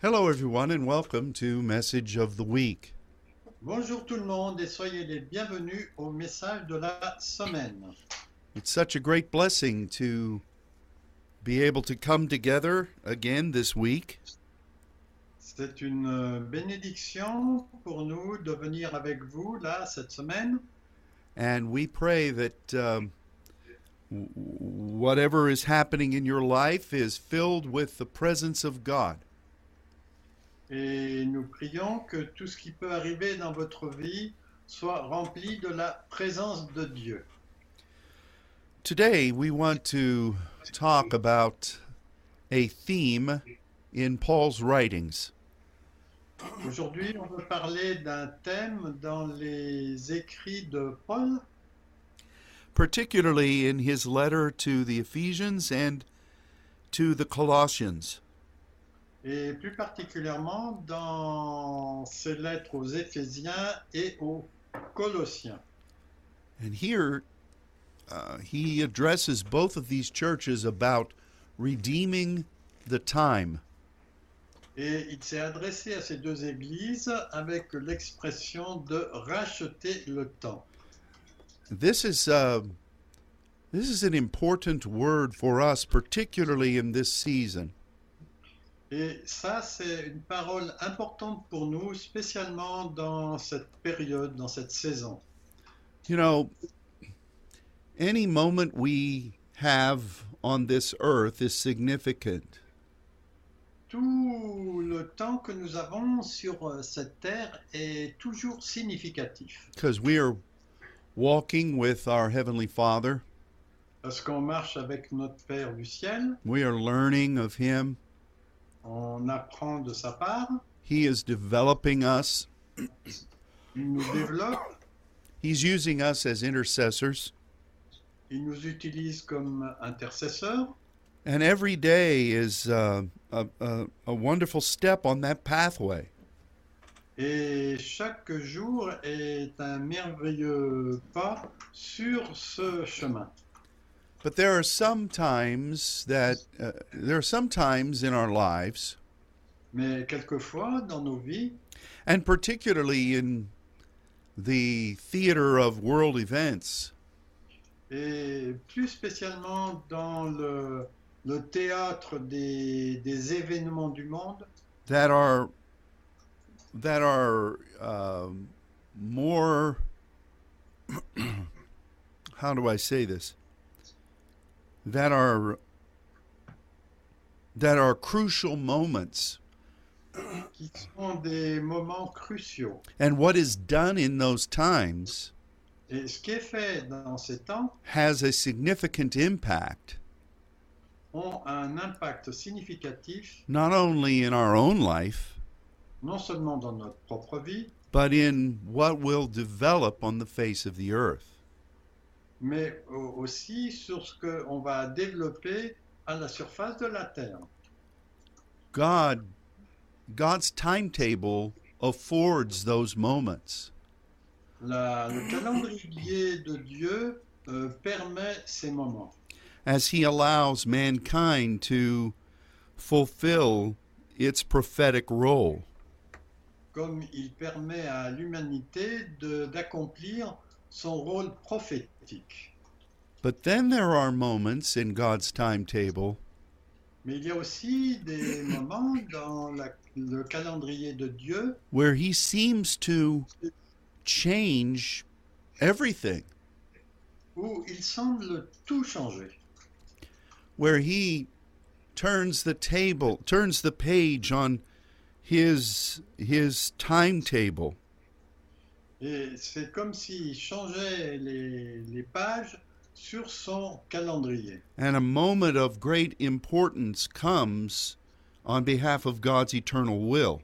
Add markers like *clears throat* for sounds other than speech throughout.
Hello, everyone, and welcome to Message of the Week. Bonjour tout le monde et soyez les bienvenus au message de la semaine. It's such a great blessing to be able to come together again this week C'est une euh, bénédiction pour nous de venir avec vous là cette semaine And we pray that um, w- whatever is happening in your life is filled with the presence of God. et nous prions que tout ce qui peut arriver dans votre vie soit rempli de la présence de Dieu. Today, we want to talk about a theme in Paul's writings. Aujourd'hui, on veut parler d'un thème dans les écrits de Paul, particularly in his letter to the Ephesians and to the Colossians. et plus particulièrement dans ses lettres aux Éphésiens et aux Colossiens. And here uh, he addresses both of these churches about redeeming the time. Et il s'est adressé à ces deux églises avec l'expression de racheter le temps. This is uh, this is an important word for us, particularly in this season. Et ça, c'est une parole importante pour nous, spécialement dans cette période, dans cette saison. You know, any moment we have on this earth is significant. Tout le temps que nous avons sur euh, cette terre est toujours significatif, because we are walking with our Heavenly Father. parce qu'on marche avec notre Père du ciel, We are learning of Him. on apprend de sa part, He is developing us. il nous développe, He's using us as intercessors. il nous utilise comme intercesseurs. And every day is uh, a, a, a wonderful step on that pathway. Et chaque jour est un merveilleux pas sur ce chemin. But there are some times that, uh, there are some times in our lives, Mais quelquefois, dans nos vies, and particularly in the theater of world events, et plus spécialement dans le, le théâtre des, des événements du monde, that are that are um, more *clears throat* how do I say this that are that are crucial moments qui sont des moments cruciaux. and what is done in those times Et ce qui est fait dans ces temps has a significant impact ont un impact significatif, not only in our own life non seulement dans notre propre vie, but in what will develop on the face of the earth mais au- aussi sur ce qu'on va développer à la surface de la Terre. God God's timetable affords those moments. La- le calendrier de Dieu euh, permet ces moments as he allows mankind to fulfill its prophetic role. comme il permet à l'humanité de- d'accomplir son rôle prophétique. But then there are moments in God's timetable Mais il y a aussi des moments dans la- le calendrier de Dieu where he seems to change everything, où il semble tout changer, where he turns the table, turns the page on his his timetable et c'est comme s'il changeait les- les pages sur son calendrier. and a moment of great importance comes on behalf of God's eternal will.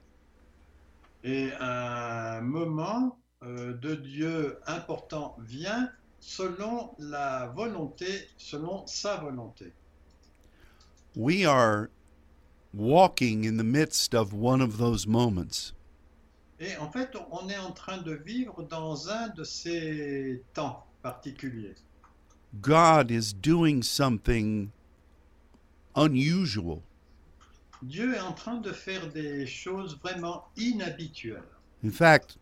Et un moment euh, de Dieu important vient selon la volonté, selon sa volonté. we are walking in the midst of one of those moments. Et en fait, on est en train de vivre dans un de ces temps particuliers. God is doing something unusual. Dieu est en train de faire des choses vraiment inhabituelles. In fact,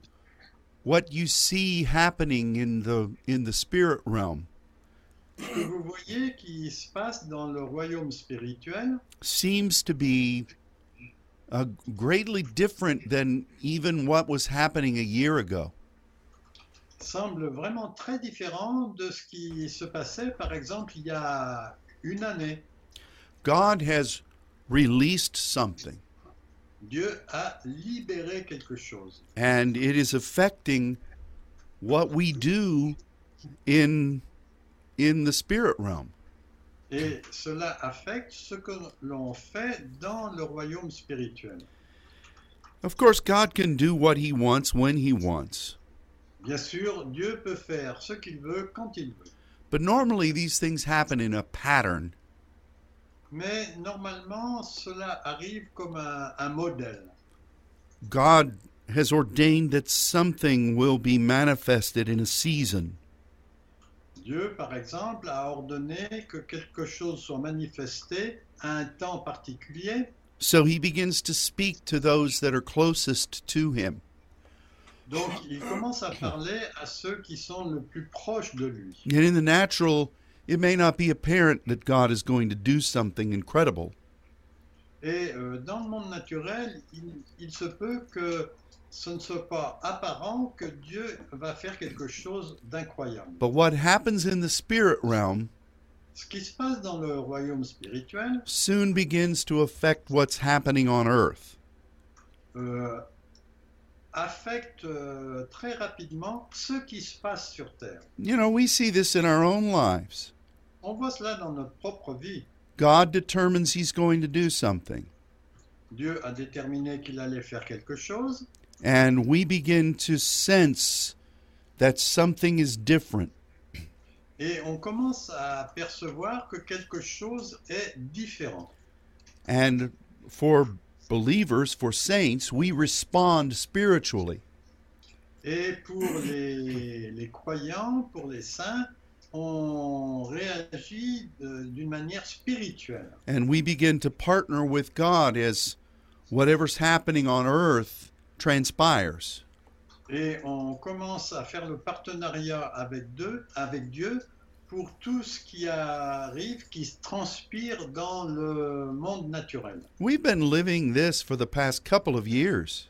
what you see happening in the in the spirit realm Ce que vous voyez qui se passe dans le royaume spirituel seems to be uh, greatly different than even what was happening a year ago. semble vraiment très différent de ce qui se passait, par exemple, il y a une année. God has released something Dieu a libéré quelque chose. and it is affecting what we do in in the spirit realm. Et cela affecte ce que l'on fait dans le royaume spirituel. Of course, God can do what he wants when he wants. Bien sûr, Dieu peut faire ce qu'il veut quand il veut. But normally these things happen in a pattern. Mais normalement, cela arrive comme un, un modèle. God has ordained that something will be manifested in a season. Dieu, par exemple, a ordonné que quelque chose soit manifesté à un temps particulier. So he begins to speak to those that are closest to him. Donc, il commence à parler à ceux qui sont le plus proches de lui. And in the natural, it may not be apparent that God is going to do something incredible. Et euh, dans le monde naturel, il, il se peut que ce ne soit pas apparent que Dieu va faire quelque chose d'incroyable. But what happens in the spirit realm Ce qui se passe dans le royaume spirituel soon begins to affect what's happening on earth. euh, affecte euh, très rapidement ce qui se passe sur Terre. You know, we see this in our own lives. On voit cela dans notre propre vie. God determines he's going to do something, Dieu a déterminé qu'il allait faire quelque chose and we begin to sense that something is different. et on commence à percevoir que quelque chose est différent. And for believers, for saints, we respond spiritually. Et pour les, les croyants, pour les saints, on réagit de- d'une manière spirituelle. And we begin to partner with God as whatever's happening on earth transpires. Et on commence à faire le partenariat avec, deux, avec Dieu pour tout ce qui arrive, qui se transpire dans le monde naturel. We've been living this for the past couple of years.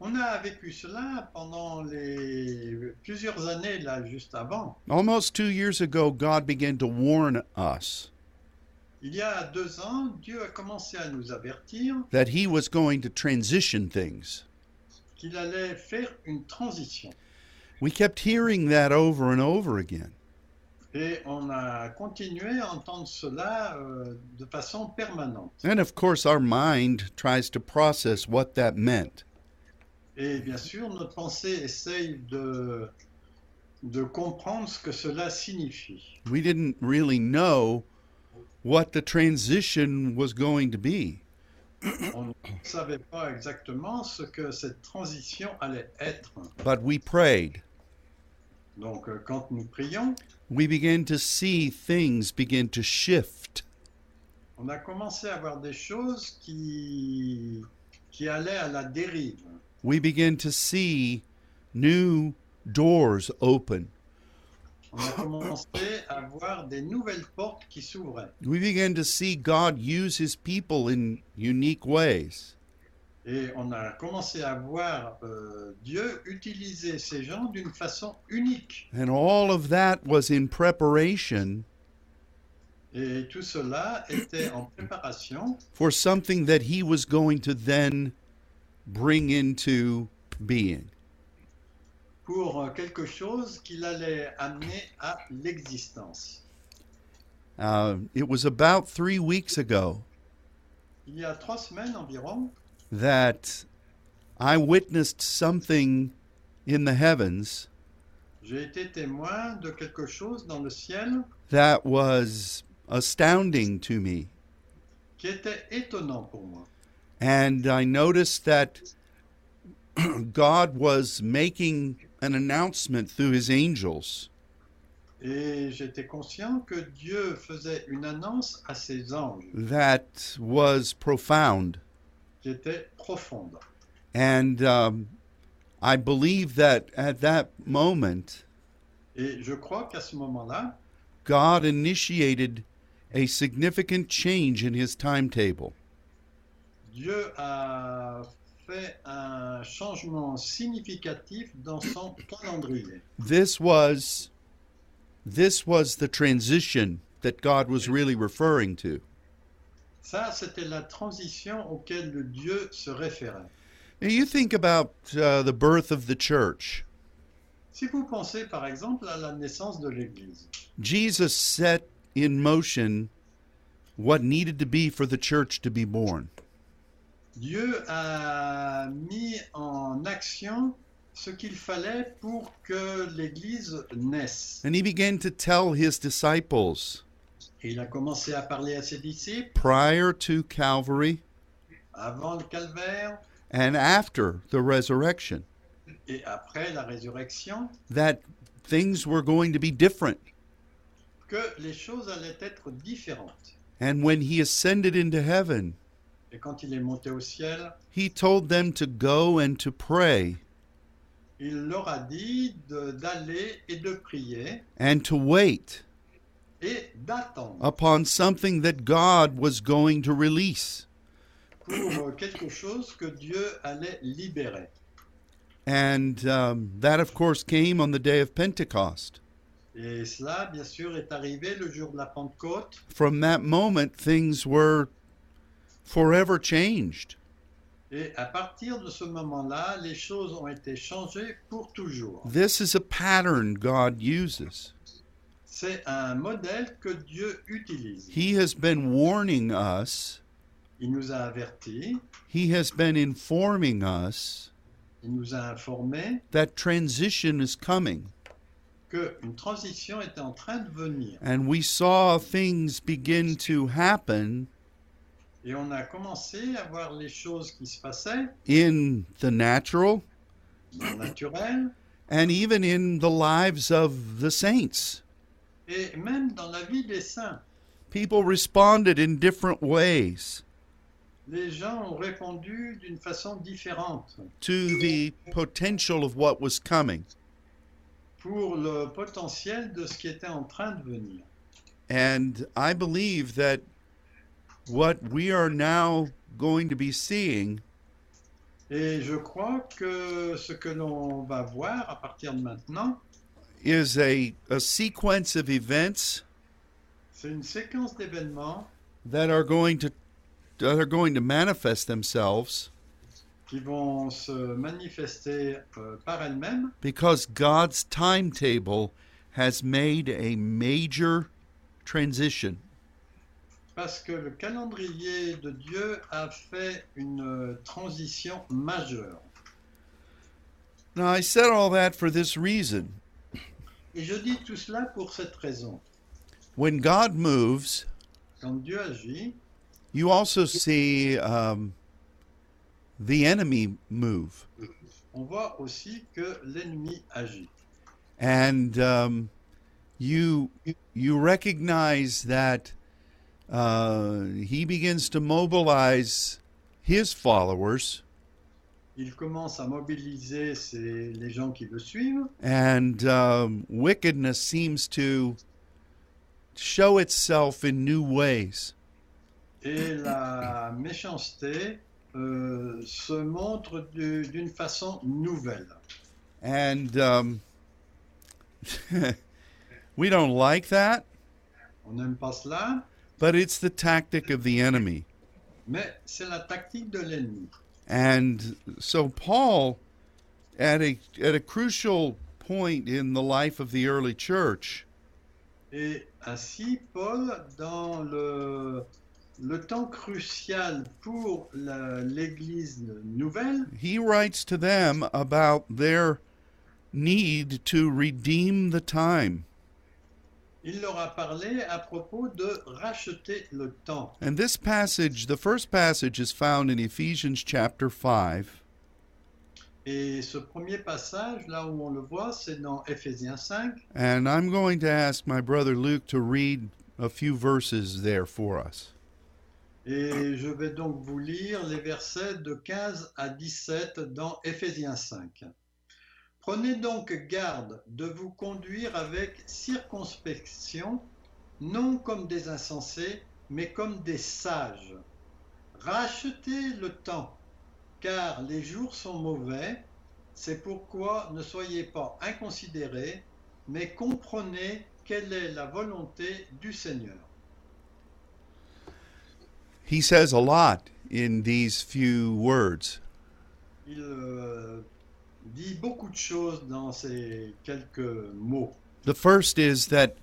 On a vécu cela pendant les plusieurs années, là, juste avant. Almost two years ago, God began to warn us Il y a deux ans, Dieu a commencé à nous avertir that He was going to transition things. qu'il allait faire une transition. We kept hearing that over and over again. Et on a continué à entendre cela euh, de façon permanente. And of course, our mind tries to process what that meant. Et bien sûr, notre pensée essaye de, de comprendre ce que cela signifie. we didn't really know what the transition was going to be. On ne savait pas exactement ce que cette transition allait être. But we prayed. Donc euh, quand nous prions, We began to see things begin to shift. on a commencé à voir des choses qui, qui allaient à la dérive. We began to see new doors open. On a commencé à voir des nouvelles portes qui s'ouvraient. We began to see God use his people in unique ways. Et on a commencé à voir euh, Dieu utiliser ces gens d'une façon unique. And all of that was in preparation Et tout cela était en préparation for something that he was going to then bring into being. pour euh, quelque chose qu'il allait amener à l'existence. Uh, it was about three weeks ago Il y a trois semaines environ, that I witnessed something in the heavens j'ai été témoin de quelque chose dans le ciel that was astounding to me. qui était étonnant pour moi. And I noticed that *clears throat* God was making an announcement through his angels Et j'étais conscient que Dieu faisait une annonce à ses anges that was profound. qui était profonde. And um, I believe that at that moment, Et je crois qu'à ce moment-là, God initiated a significant change in his timetable. Dieu a fait un changement significatif dans son calendrier. This was this was the transition that God was really referring to. Ça, c'était la transition auquel Dieu se référait. Now you think about uh, the birth of the church. Si vous pensez par exemple à la naissance de l'Église, Jesus set in motion what needed to be for the church to be born. Dieu a mis en action ce qu'il fallait pour que l'Église naisse. And he began to tell his disciples Et il a commencé à parler à ses disciples prior to Calvary avant le calvaire and after the resurrection et après la résurrection that things were going to be different. que les choses allaient être différentes. And when he ascended into heaven, Et quand il est monté au ciel, he told them to go and to pray il leur a dit de- d'aller et de prier and to wait et d'attendre upon something that God was going to release. pour euh, quelque chose que Dieu allait libérer. And um, that, of course, came on the day of Pentecost. Et cela, bien sûr, est arrivé le jour de la Pentecôte. From that moment, things were forever changed. Et à partir de ce moment-là, les choses ont été changées pour toujours. This is a pattern God uses. C'est un modèle que Dieu utilise. He has been warning us, Il nous a avertis, He has been informing us il nous a informés that transition is coming. qu'une transition était en train de venir. And we saw things begin to happen Et on a commencé à voir les choses qui se passaient, in the natural dans le naturel, and even in the lives of the saints. et même dans la vie des saints. People responded in different ways Les gens ont répondu d'une façon différente to the potential of what was coming. pour le potentiel de ce qui était en train de venir. And I believe that what we are now going to be seeing Et je crois que ce que l'on va voir à partir de maintenant, is a, a sequence of events c'est une séquence d'événements that are going to that are going to manifest themselves qui vont se manifester euh, par elles-mêmes because God's timetable has made a major transition. parce que le calendrier de Dieu a fait une euh, transition majeure. Now I said all that for this reason. Et je dis tout cela pour cette raison. When God moves, Quand Dieu agit, you also see um, the enemy move. on voit aussi que l'ennemi agit. and um, you you recognize that uh, he begins to mobilize his followers, Il commence à mobiliser ses- les gens qui le suivent and um, wickedness seems to show itself in new ways. et la méchanceté euh, se montre du- d'une façon nouvelle. And um, *laughs* we don't like that, On n'aime pas cela, but it's the tactic of the enemy. mais c'est la tactique de l'ennemi. And so Paul, at a at a crucial point in the life of the early church, Et ainsi, Paul, dans le, le temps crucial pour la- l'Église nouvelle, he writes to them about their need to redeem the time. il leur a parlé à propos de racheter le temps. And this passage, the first passage is found in Ephesians chapter 5, Et ce premier passage, là où on le voit, c'est dans Éphésiens 5. And I'm going to ask my brother Luke to read a few verses there for us. Et je vais donc vous lire les versets de 15 à 17 dans Éphésiens 5. Prenez donc garde de vous conduire avec circonspection, non comme des insensés, mais comme des sages. Rachetez le temps, car les jours sont mauvais. C'est pourquoi ne soyez pas inconsidérés, mais comprenez quelle est la volonté du Seigneur. He says a lot in these few words. Il euh, dit beaucoup de choses dans ces quelques mots. The first is that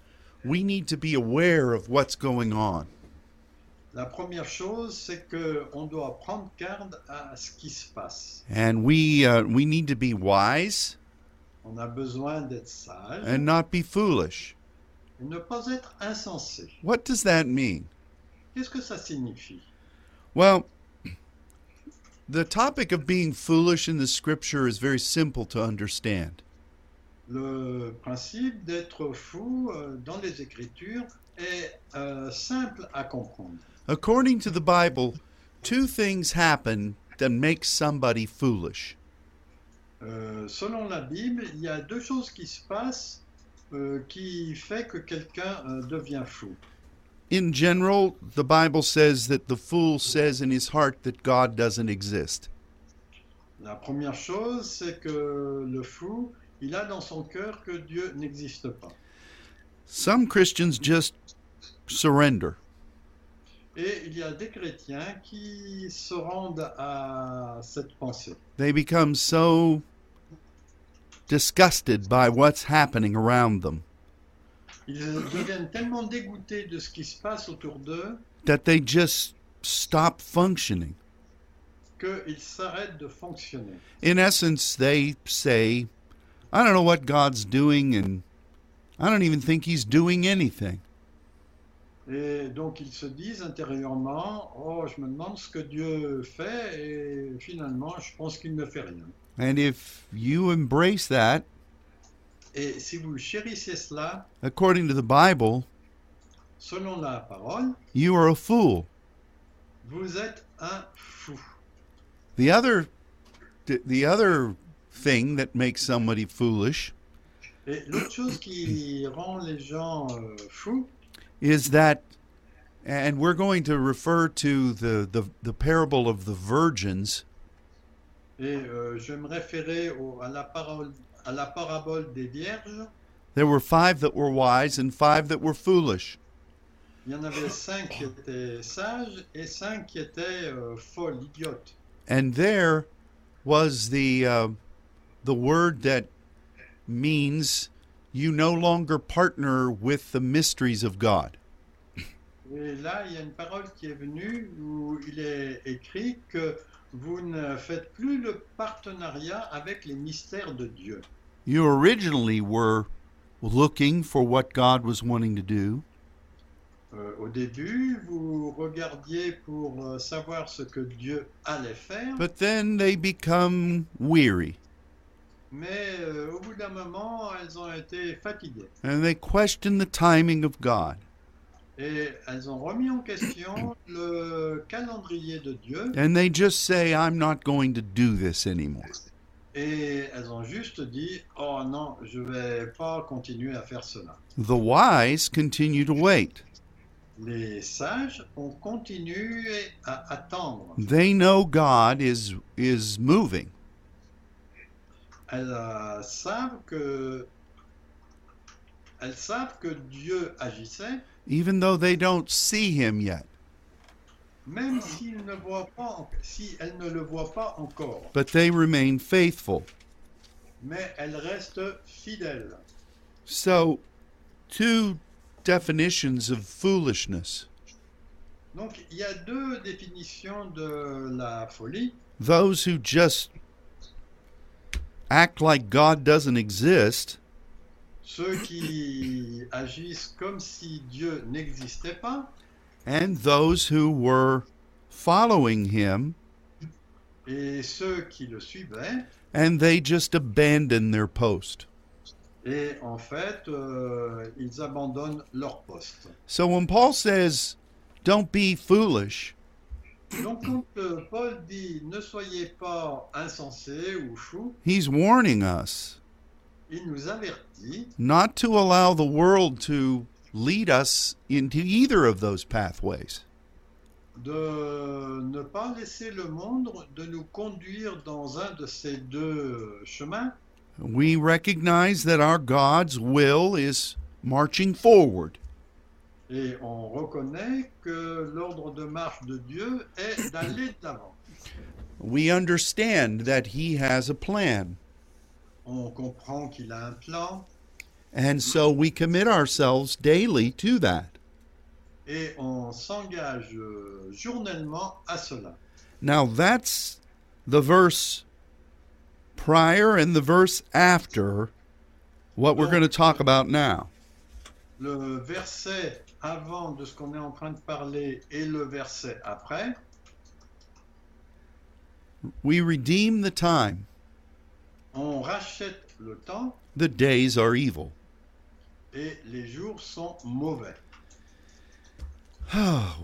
we need to be aware of what's going on. La première chose, c'est que on doit prendre garde à ce qui se passe. And we, uh, we need to be wise On a besoin d'être sage and not be foolish. et ne pas être insensé. What does that mean? Qu'est-ce que ça signifie Well, the topic of being foolish in the scripture is very simple to understand. Le principe d'être fou euh, dans les Écritures est euh, simple à comprendre. According to the Bible, two things happen that make somebody foolish. Euh, selon la Bible, il y a deux choses qui se passent euh, qui fait que quelqu'un euh, devient fou. In general, the Bible says that the fool says in his heart that God doesn't exist. La première chose, c'est que le fou, il a dans son cœur que Dieu n'existe pas. Some Christians just surrender. Et il y a des chrétiens qui se rendent à cette pensée. They become so disgusted by what's happening around them Ils deviennent tellement dégoûtés de ce qui se passe autour d'eux that they just stop functioning. qu'ils s'arrêtent de fonctionner. in essence, they say, I don't know what God's doing, and I don't even think He's doing anything. Et donc ils se disent intérieurement, oh, je me demande ce que Dieu fait et finalement je pense qu'il ne fait rien. And if you embrace that, Et si vous chérissez cela, according to the Bible, selon la parole, you are a fool. vous êtes un fou. The other, th- the other thing that makes somebody foolish Et l'autre chose qui rend les gens euh, fous, is that, and we're going to refer to the, the, the parable of the virgins et euh, je vais me référer au- à, la parole, à la parabole des vierges, there were five that were wise and five that were foolish. il y en avait cinq qui étaient sages et cinq qui étaient euh, folles, idiotes. and there was the uh, the word that means you no longer partner with the mysteries of God. Et là, il y a une parole qui est venue où il est écrit que vous ne faites plus le partenariat avec les mystères de Dieu. You originally were looking for what God was wanting to do, Euh, au début, vous regardiez pour euh, savoir ce que Dieu allait faire, but then they become weary mais euh, au bout d'un moment, elles ont été fatiguées and they question the timing of God et elles ont remis en question le calendrier de Dieu and they just say, "I'm not going to do this anymore." et elles ont juste dit "Oh non, je vais pas continuer à faire cela." The wise continue to wait. Les sages ont continué à attendre. They know God is is moving. Elles euh, savent que elles savent que Dieu agissait, even though they don't see him yet. même s'il ne voit pas, en- si elles ne le voient pas encore. But they remain faithful. Mais elles restent fidèles. So, two definitions of foolishness Donc il y a deux définitions de la folie. those who just act like God doesn't exist, Ceux qui agissent comme si Dieu n'existait pas and those who were following him et ceux qui le suivaient. and they just abandon their post. Et en fait, euh, ils abandonnent leur poste. So when Paul says, don't be foolish, Donc quand euh, Paul dit ne soyez pas insensés ou fous, he's warning us il nous avertit not to allow the world to lead us into either of those pathways. de ne pas laisser le monde de nous conduire dans un de ces deux chemins. We recognize that our God's will is marching forward. Et on reconnaît que l'ordre de marche de Dieu est d'aller de l'avant. We understand that he has a plan, On comprend qu'il a un plan and so we commit ourselves daily to that. et on s'engage euh, journellement à cela. Now that's the verse prior and the verse after what we're going to talk about now. Le verset avant de ce qu'on est en train de parler et le verset après, We redeem the time. on rachète le temps The days are evil. *sighs* et les jours sont mauvais.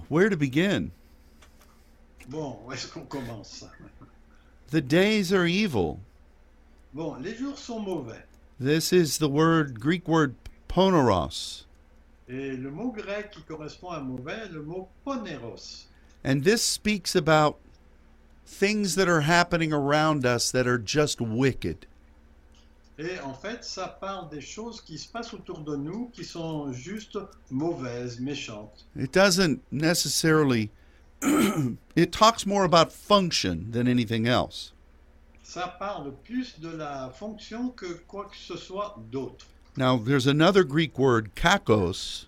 Where to begin? Bon, où est-ce qu'on commence The days are evil. Bon, les jours sont mauvais. This is the word Greek word poneros. Et le mot grec qui correspond à mauvais, le mot poneros. And this speaks about things that are happening around us that are just wicked. Et en fait, ça parle des choses qui se passent autour de nous qui sont juste mauvaises, méchantes. It doesn't necessarily *clears throat* it talks more about function than anything else. Ça parle plus de la fonction que quoi que ce soit d'autre. Now, there's another Greek word, kakos,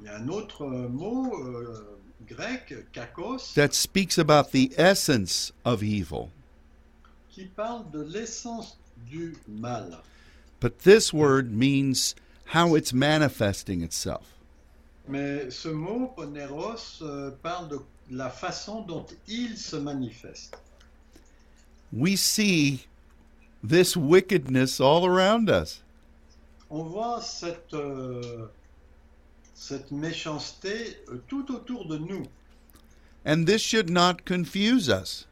Il y a un autre euh, mot euh, grec, kakos, that speaks about the essence of evil. qui parle de l'essence du mal. But this word means how it's manifesting itself. Mais ce mot, poneros, euh, parle de la façon dont il se manifeste. We see this wickedness all around us. On voit cette, euh, cette méchanceté euh, tout autour de nous. And this should not confuse us.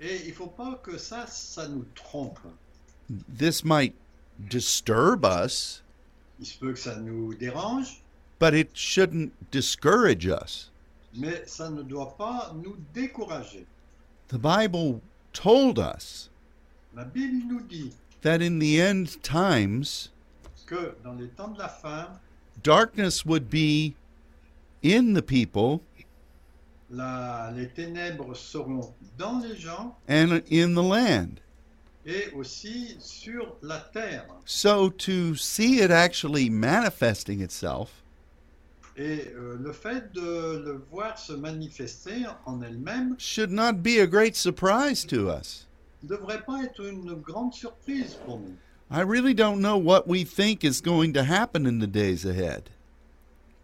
Et il ne faut pas que ça, ça nous trompe. This might disturb us, Il se peut que ça nous dérange, but it shouldn't discourage us. mais ça ne doit pas nous décourager. The Bible told us La Bible nous dit that in the end times, que dans les temps de la fin, darkness would be in the people la- les ténèbres seront dans les gens and in the land. et aussi sur la terre. So to see it actually manifesting itself Et euh, le fait de le voir se manifester en elle-même should not be a great surprise to us. ne devrait pas être une grande surprise pour nous. I really don't know what we think is going to happen in the days ahead.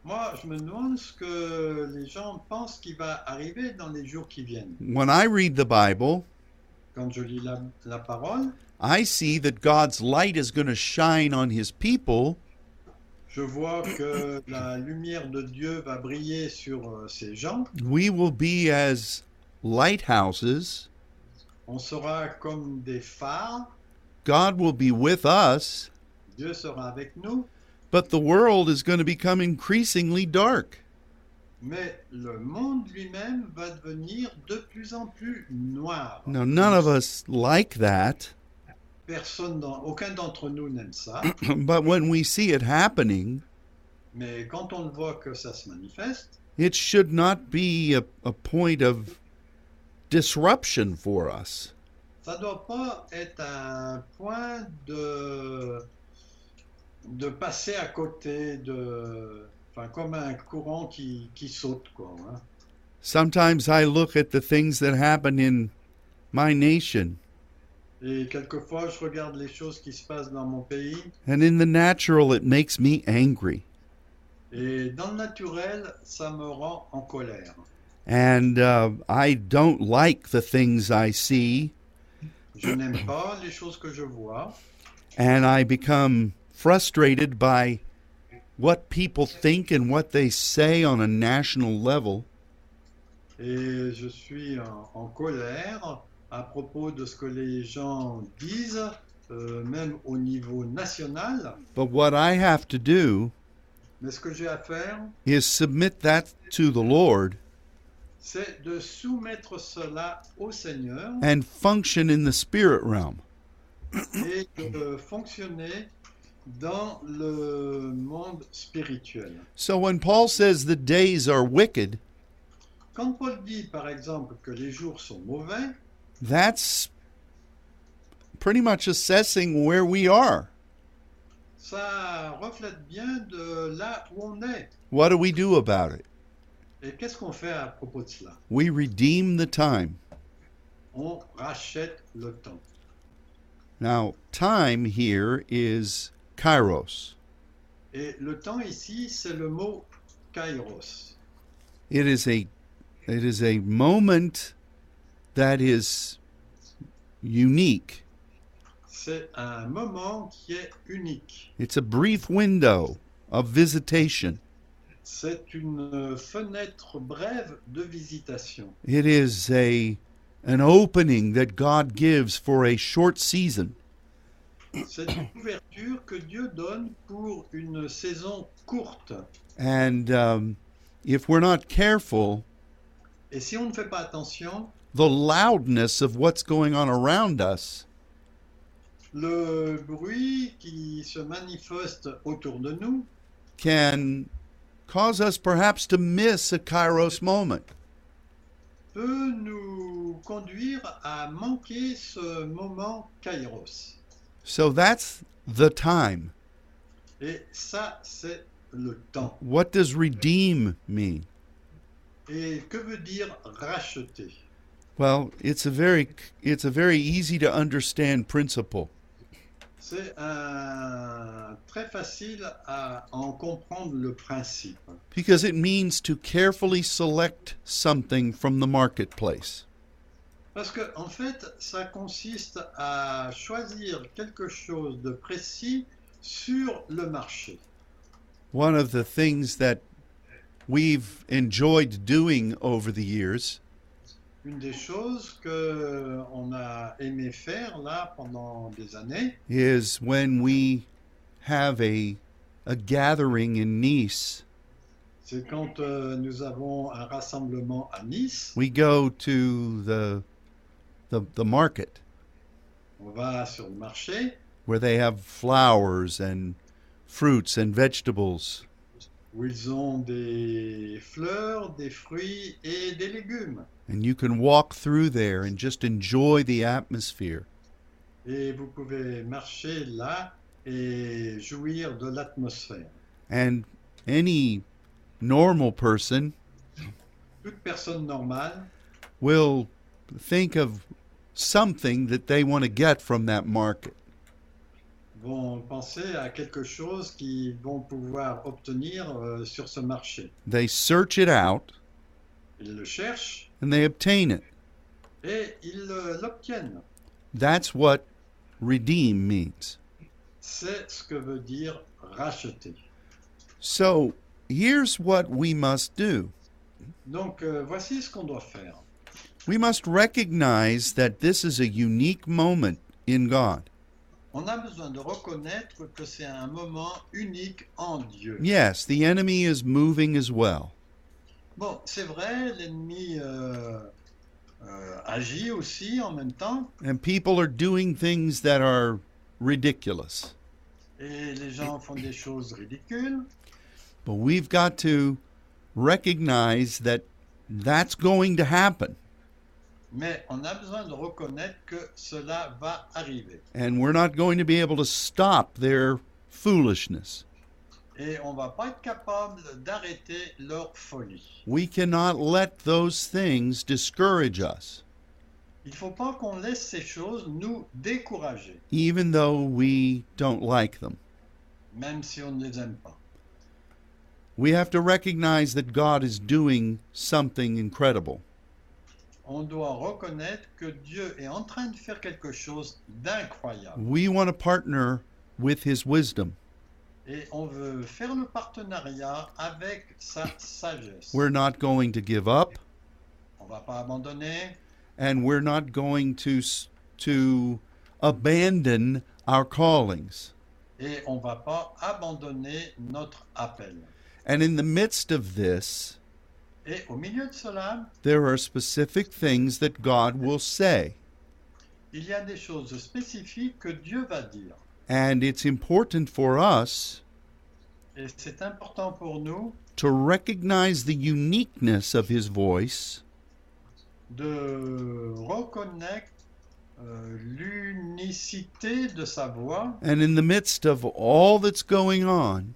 Moi, je me demande ce que les gens pensent qui va arriver dans les jours qui viennent. When I read the Bible, Quand je lis la- la parole, I see that God's light is going to shine on his people, Je vois que *coughs* la lumière de Dieu va briller sur euh, ces gens. we will be as lighthouses, On sera comme des phares. God will be with us, Dieu sera avec nous. but the world is going to become increasingly dark. Mais le monde lui-même va devenir de plus en plus noir. Now, none of us like that, *clears throat* Personne dans- aucun d'entre nous n'aime ça. *coughs* but when we see it happening, Mais quand on le voit que ça se manifeste, It should not be a, a point of disruption for us. ça ne doit pas être un point de, de passer à côté de... Enfin, comme un courant qui, qui saute, quoi. hein. Sometimes I look at the things that happen in my nation Et quelquefois, je regarde les choses qui se passent dans mon pays, and in the natural it makes me angry. et dans le naturel, ça me rend en colère. and uh, I don't like the things I see, Je n'aime pas les choses que je vois and I become frustrated by what people think and what they say on a national level. et je suis en, en colère à propos de ce que les gens disent, euh, même au niveau national. But what I have to do Mais ce que j'ai à faire, is submit that to the Lord c'est de soumettre cela au Seigneur and function in the spirit realm. et de fonctionner dans le monde spirituel. So when Paul says the days are wicked, Quand Paul dit par exemple que les jours sont mauvais, that's pretty much assessing where we are. ça reflète bien de là où on est. What do we do about it? Et qu'est-ce qu'on fait à propos de cela We redeem the time. On rachète le temps. Now, time here is kairos. Et le temps ici, c'est le mot kairos. It is a it is a moment that is unique. C'est un moment qui est unique. It's a brief window of visitation. C'est une euh, fenêtre brève de visitation. It is a an opening that God gives for a short season. C'est une ouverture que Dieu donne pour une saison courte. And um, if we're not careful, Et si on ne fait pas attention, the loudness of what's going on around us le bruit qui se manifeste autour de nous can cause us perhaps to miss a kairos moment. peut nous conduire à manquer ce moment kairos. So that's the time. Et ça, c'est le temps. What does redeem mean? Et que veut dire racheter Well, it's a very it's a very easy to understand principle. C'est un- très facile à en comprendre le principe. Because it means to carefully select something from the marketplace. Parce que, en fait, ça consiste à choisir quelque chose de précis sur le marché. One of the things that we've enjoyed doing over the years Une des choses que on a aimé faire là pendant des années, is when we have a a gathering in Nice, c'est quand euh, nous avons un rassemblement à Nice, we go to the the the market on va sur le marché where they have flowers and fruits and vegetables. où ils ont des fleurs, des fruits et des légumes. And you can walk through there and just enjoy the atmosphere. Et vous pouvez marcher là et jouir de l'atmosphère. And any normal person Toute personne normale will think of something that they want to get from that market. vont penser à quelque chose qu'ils vont pouvoir obtenir euh, sur ce marché. They search it out Ils le cherchent and they obtain it. et ils euh, l'obtiennent. That's what redeem means. C'est ce que veut dire racheter. So here's what we must do Donc euh, voici ce qu'on doit faire. we must recognize that this is a unique moment in God. On a besoin de reconnaître que c'est un moment unique en Dieu. Yes, the enemy is moving as well, Bon, c'est vrai, l'ennemi euh, euh, agit aussi en même temps, and people are doing things that are ridiculous. et les gens font des choses ridicules, But we've got to recognize that that's going to happen. mais on a besoin de reconnaître que cela va arriver. And we're not going to be able to stop their foolishness. Et on va pas être capable d'arrêter leur folie. We cannot let those things discourage us, Il faut pas qu'on laisse ces choses nous décourager, even though we don't like them. même si on ne les aime pas. We have to recognize that God is doing something incredible. On doit reconnaître que Dieu est en train de faire quelque chose d'incroyable. We want to partner with His wisdom. Et on veut faire le partenariat avec sa sagesse. We're not going to give up, On va pas abandonner and we're not going to s- to abandon our callings. et on va pas abandonner notre appel. And in the midst of this, Et au milieu de cela, there are specific things that God will say, il y a des choses spécifiques que Dieu va dire. and it's important for us Et c'est important pour nous to recognize the uniqueness of his voice de reconnaître euh, l'unicité de sa voix and in the midst of all that's going on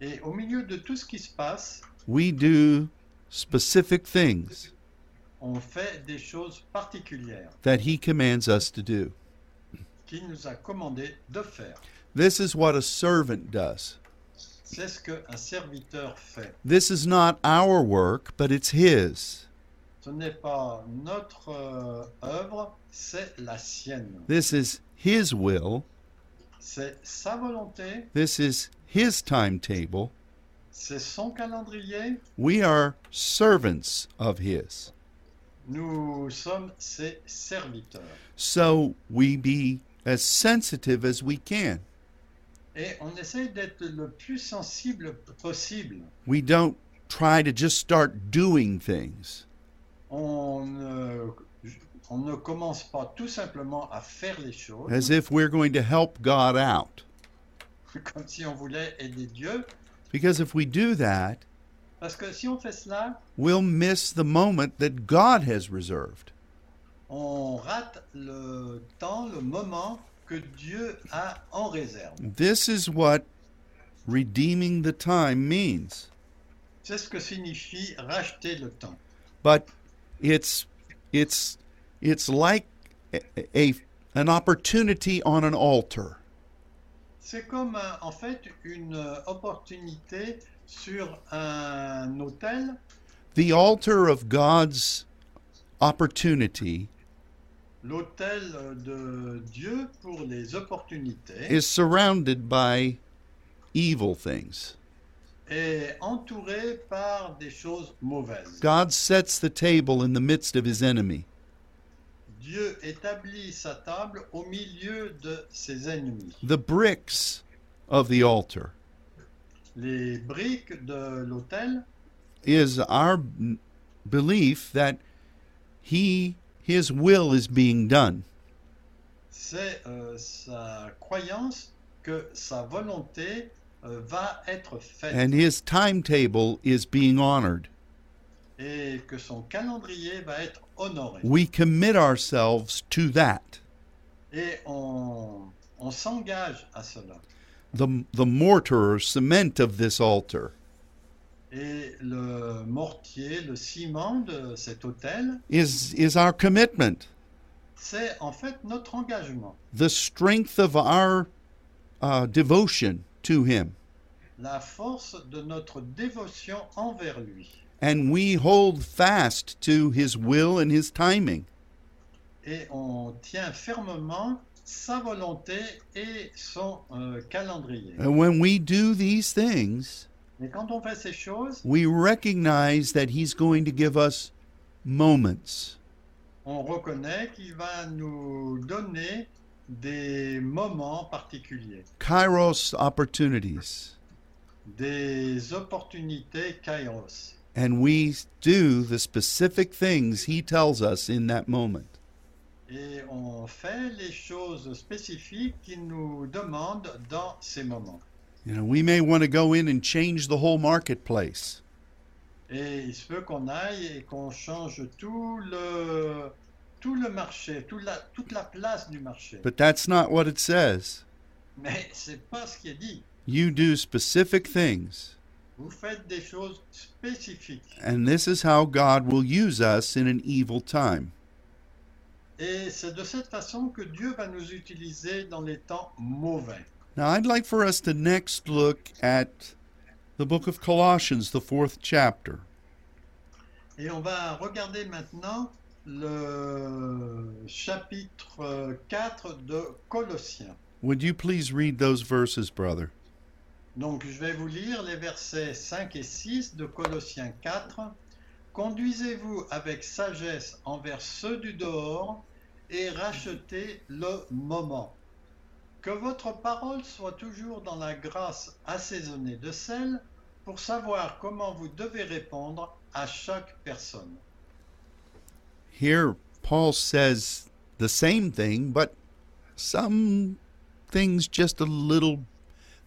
et au milieu de tout ce qui se passe, we do specific things on fait des choses particulières that he commands us to do qu'il nous a commandé de faire. this is what a servant does C'est ce qu'un serviteur fait. this is not our work but it's his Ce n'est pas notre euh, œuvre, c'est la sienne. this is his will C'est sa volonté, this is his timetable c'est son calendrier, we are servants of his nous sommes ses serviteurs. so we be as sensitive as we can Et on essaye d'être le plus sensible possible. we don't try to just start doing things On ne, on ne commence pas tout simplement à faire les choses as if we're going to help God out. *laughs* comme si on voulait aider Dieu, Because if we do that, parce que si on fait cela, we'll miss the moment that God has reserved. on rate le temps, le moment que Dieu a en réserve. This is what redeeming the time means. C'est ce que signifie racheter le temps. But it's it's it's like a, a an opportunity on an altar. C'est comme un- en fait une opportunité sur un autel. The altar of God's opportunity L'autel de Dieu pour les opportunités is surrounded by evil things. est entouré par des choses mauvaises. God sets the table in the midst of his enemy. Dieu établit sa table au milieu de ses ennemis. the bricks of the altar Les briques de l'autel, is our n- belief that he his will is being done c'est euh, sa croyance que sa volonté euh, va être faite and his timetable is being honored et que son calendrier va être honoré. we commit ourselves to that Et on, on s'engage à cela. the the mortar or cement of this altar Et le mortier, le ciment de cet autel, is is our commitment c'est en fait notre engagement, the strength of our uh, devotion to him la force de notre dévotion envers lui. and we hold fast to his will and his timing Et on tient fermement sa volonté et son euh, calendrier. and when we do these things Et quand on fait ces choses, we recognize that he's going to give us moments. on reconnaît qu'il va nous donner des moments particuliers, Kairos opportunities. des opportunités kairos. And we do the specific things he tells us in that moment. Et on fait les choses spécifiques qu'il nous demande dans ces moments. You know, we may want to go in and change the whole marketplace. Et il se peut qu'on aille et qu'on change tout le, tout le marché, tout la- toute la place du marché. But that's not what it says. Mais c'est pas ce qui est dit. You do specific things. Vous faites des choses spécifiques. And this is how God will use us in an evil time. Et c'est de cette façon que Dieu va nous utiliser dans les temps mauvais. Now, I'd like for us to next look at the book of Colossians, the fourth chapter. Et on va regarder maintenant le chapitre 4 de Colossiens. Would you please read those verses, brother? Donc je vais vous lire les versets 5 et 6 de Colossiens 4. Conduisez-vous avec sagesse envers ceux du dehors et rachetez le moment. Que votre parole soit toujours dans la grâce assaisonnée de sel pour savoir comment vous devez répondre à chaque personne. Here, Paul says the same thing, but some things just a little.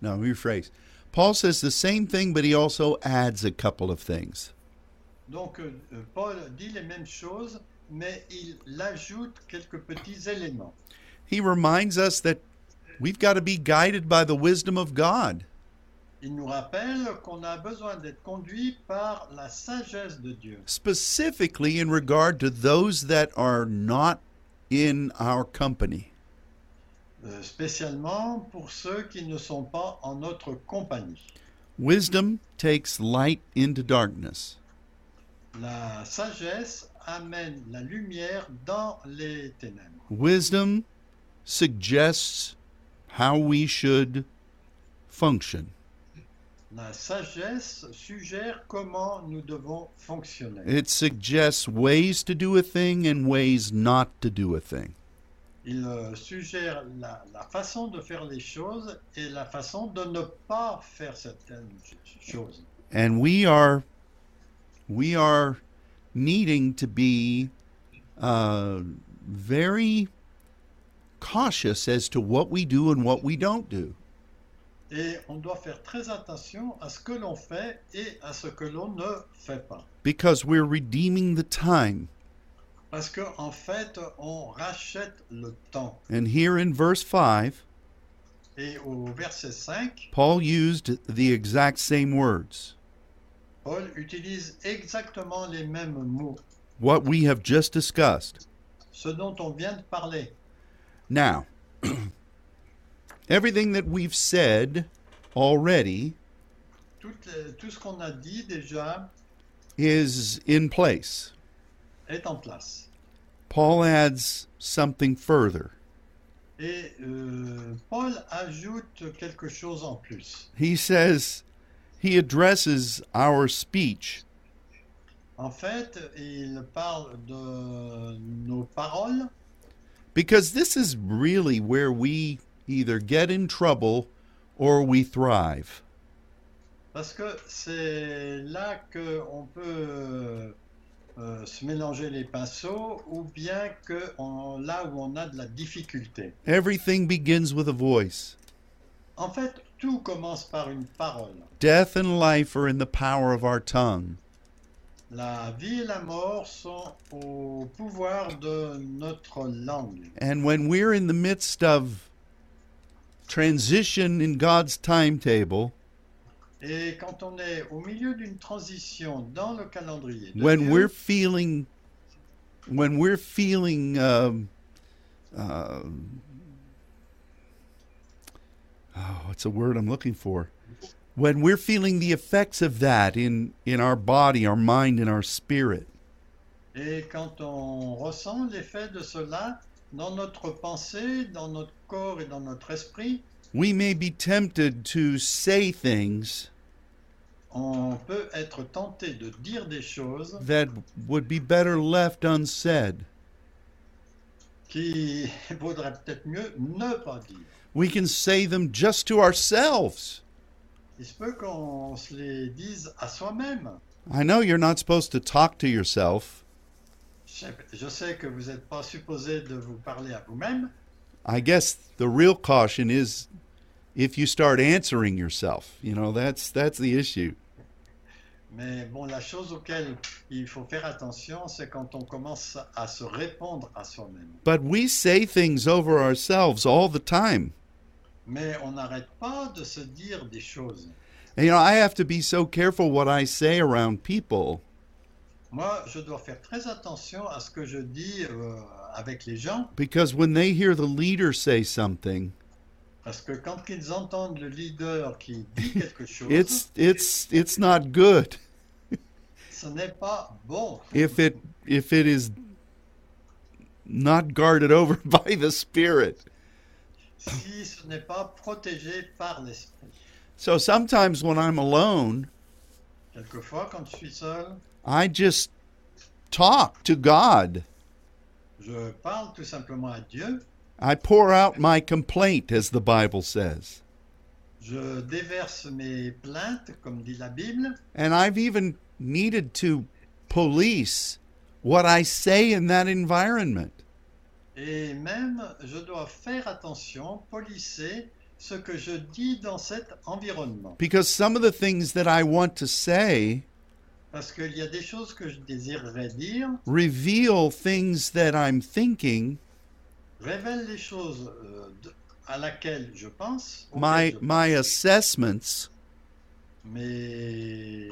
No, rephrase. Paul says the same thing, but he also adds a couple of things. Donc euh, Paul dit les mêmes choses, mais il ajoute quelques petits éléments. He reminds us that we've got to be guided by the wisdom of God. Il nous rappelle qu'on a besoin d'être conduit par la sagesse de Dieu, specifically in regard to those that are not in our company. euh, spécialement pour ceux qui ne sont pas en notre compagnie. Wisdom takes light into darkness. La sagesse amène la lumière dans les ténèbres. Wisdom suggests how we should function. La sagesse suggère comment nous devons fonctionner. It suggests ways to do a thing and ways not to do a thing. Il euh, suggère la, la façon de faire les choses et la façon de ne pas faire certaines ch- choses. And we are we are needing to be uh, very cautious as to what we do and what we don't do. Et on doit faire très attention à ce que l'on fait et à ce que l'on ne fait pas. Because we're redeeming the time. Parce qu'en en fait, on rachète le temps. And here in verse 5, Et au verset 5, Paul used the exact same words. Paul utilise exactement les mêmes mots, What we have just discussed. ce dont on vient de parler. Now, *clears throat* everything that we've said already Tout, euh, tout ce qu'on a dit déjà is in place. est en place. Paul adds something further. Et euh, Paul ajoute quelque chose en plus. He says he addresses our speech En fait, il parle de nos paroles because this is really where we either get in trouble or we thrive. Parce que c'est là qu'on peut euh, euh, se mélanger les pinceaux ou bien que on- là où on a de la difficulté. Everything begins with a voice. En fait, tout commence par une parole. Death and life are in the power of our tongue. La vie et la mort sont au pouvoir de notre langue. And when we're in the midst of transition in God's timetable, Et quand on est au milieu d'une transition dans le calendrier, de when Dieu, we're feeling when we're feeling um, uh, oh what's a word i'm looking for when we're feeling the effects of that in in our body our mind and our spirit et quand on ressent l'effet de cela dans notre pensée, dans notre corps et dans notre esprit, we may be tempted to say things On peut être tenté de dire des choses that would be better left unsaid qui *laughs* vaudrait peut-être mieux ne pas dire. we can say them just to ourselves Il se peut qu'on se les dise à soi-même. i know you're not supposed to talk to yourself Je sais- Je sais que vous n'êtes pas supposé de vous parler à vous-même, I guess the real caution is if you start answering yourself. You know, that's that's the issue. mais bon, la chose auquel il faut faire attention, c'est quand on commence à se répondre à soi-même. But we say things over ourselves all the time. Mais on n'arrête pas de se dire des choses. And, you know, I have to be so careful what I say around people Moi, je dois faire très attention à ce que je dis euh, avec les gens, because when they hear the leader say something, Parce que quand ils entendent le leader qui *laughs* dit quelque chose, It's it's it's not good. ce n'est pas bon. If it if it is not guarded *laughs* over by the spirit. si ce n'est pas protégé par l'esprit. So sometimes when I'm alone, Quelquefois, quand je suis seul, I just talk to God. je parle tout simplement à Dieu, I pour out my complaint as the Bible says. je déverse mes plaintes, comme dit la Bible, And I've even needed to police what I say in that environment. et même je dois faire attention, polisser ce que je dis dans cet environnement. Because some of the things that I want to say Parce qu'il y a des choses que je désirerais dire, reveal things that I'm thinking. révèle les choses euh, de- à laquelle je pense, My auxquelles je my assessments pense, mes,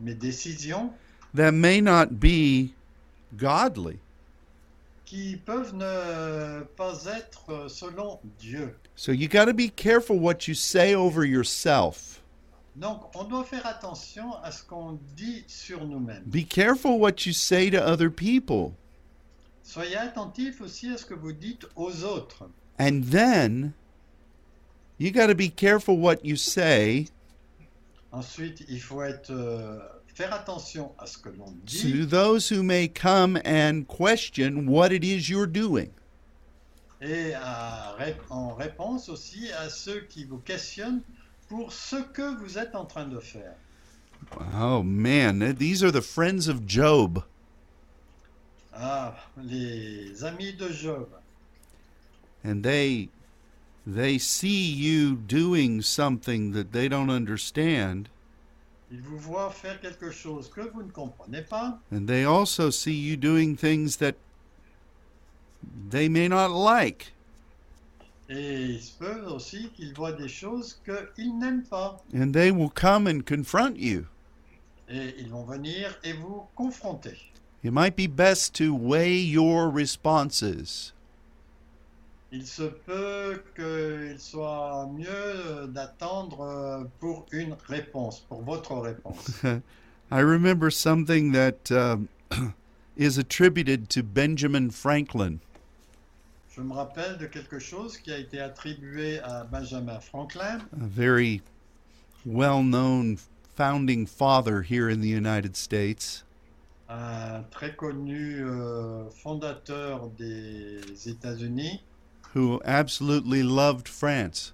mes décisions that may not be godly. qui peuvent ne pas être selon Dieu. So you got to be careful what you say over yourself. Donc, on doit faire attention à ce qu'on dit sur nous-mêmes. Be careful what you say to other people. Soyez attentifs aussi à ce que vous dites aux autres. And then you got to be careful what you say Ensuite, il faut être, euh, faire attention à ce que l'on to dit those who may come and question what it is you're doing. et à ré- en réponse aussi à ceux qui vous questionnent pour ce que vous êtes en train de faire. Oh man, these are the friends of Job. Ah, les amis de Job, and they they see you doing something that they don't understand ils vous voient faire quelque chose que vous ne comprenez pas and they also see you doing things that they may not like et il se peut aussi qu'ils voient des choses qu'ils n'aiment pas. and they will come and confront you et ils vont venir et vous confronter. it might be best to weigh your responses Il se peut qu'il soit mieux euh, d'attendre euh, pour une réponse, pour votre réponse. i remember something that um, *clears throat* is attributed to benjamin franklin Je me rappelle de quelque chose qui a été attribué à Benjamin Franklin, a very well-known founding father here in the united states un très connu euh, fondateur des États-Unis, who absolutely loved France.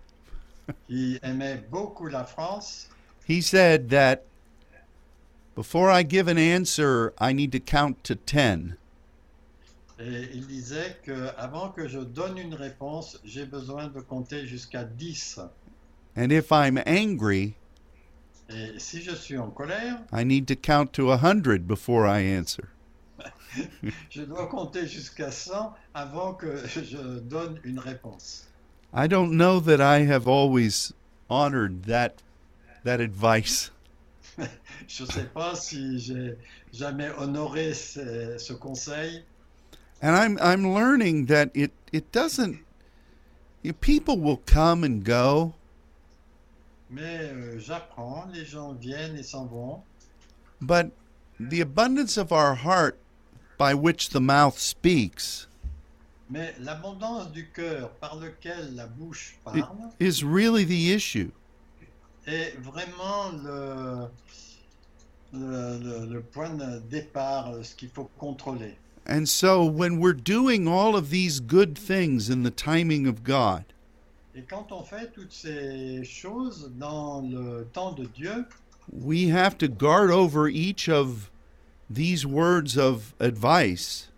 qui aimait beaucoup la France. He said that before I give an answer, I need to count to 10. Et il disait que avant que je donne une réponse, j'ai besoin de compter jusqu'à 10. And if I'm angry, Et si je suis en colère, I need to count to a 100 before I answer. Je dois compter jusqu'à 100 avant que je donne une réponse. *laughs* I don't know that I have always honored that that advice. Je ne sais pas si j'ai jamais honoré ce, ce conseil. And I'm I'm learning that it it doesn't you- people will come and go, Mais euh, j'apprends, les gens viennent et s'en vont. but the abundance of our heart by which the mouth speaks Mais l'abondance du cœur par lequel la bouche i- parle is really the issue. est vraiment le, le- le- le point de départ, euh, ce qu'il faut contrôler. And so when we're doing all of these good things in the timing of God, Et quand on fait toutes ces choses dans le temps de Dieu, we have to guard over each of these words of advice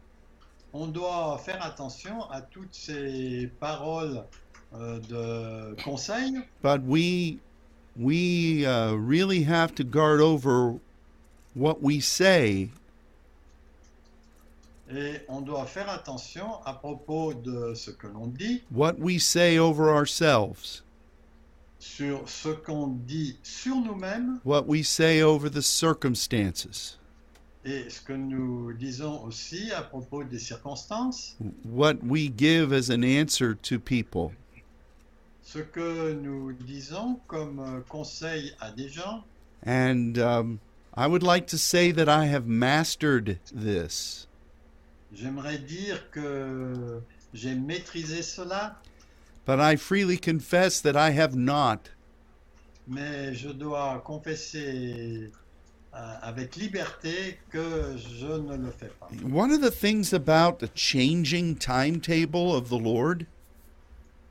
On doit faire attention à toutes ces paroles euh, de conseil, but we we uh, really have to guard over what we say et on doit faire attention à propos de ce que l'on dit, what we say over ourselves sur ce qu'on dit sur nous-mêmes what we say over the circumstances et ce que nous disons aussi à propos des circonstances, what we give as an answer to people Ce que nous disons comme euh, conseil à des gens, And um, I would like to say that I have mastered this. j'aimerais dire que j'ai maîtrisé cela, But I freely confess that I have not. mais je dois confesser euh, avec liberté que je ne le fais pas. One of the things about the changing timetable of the Lord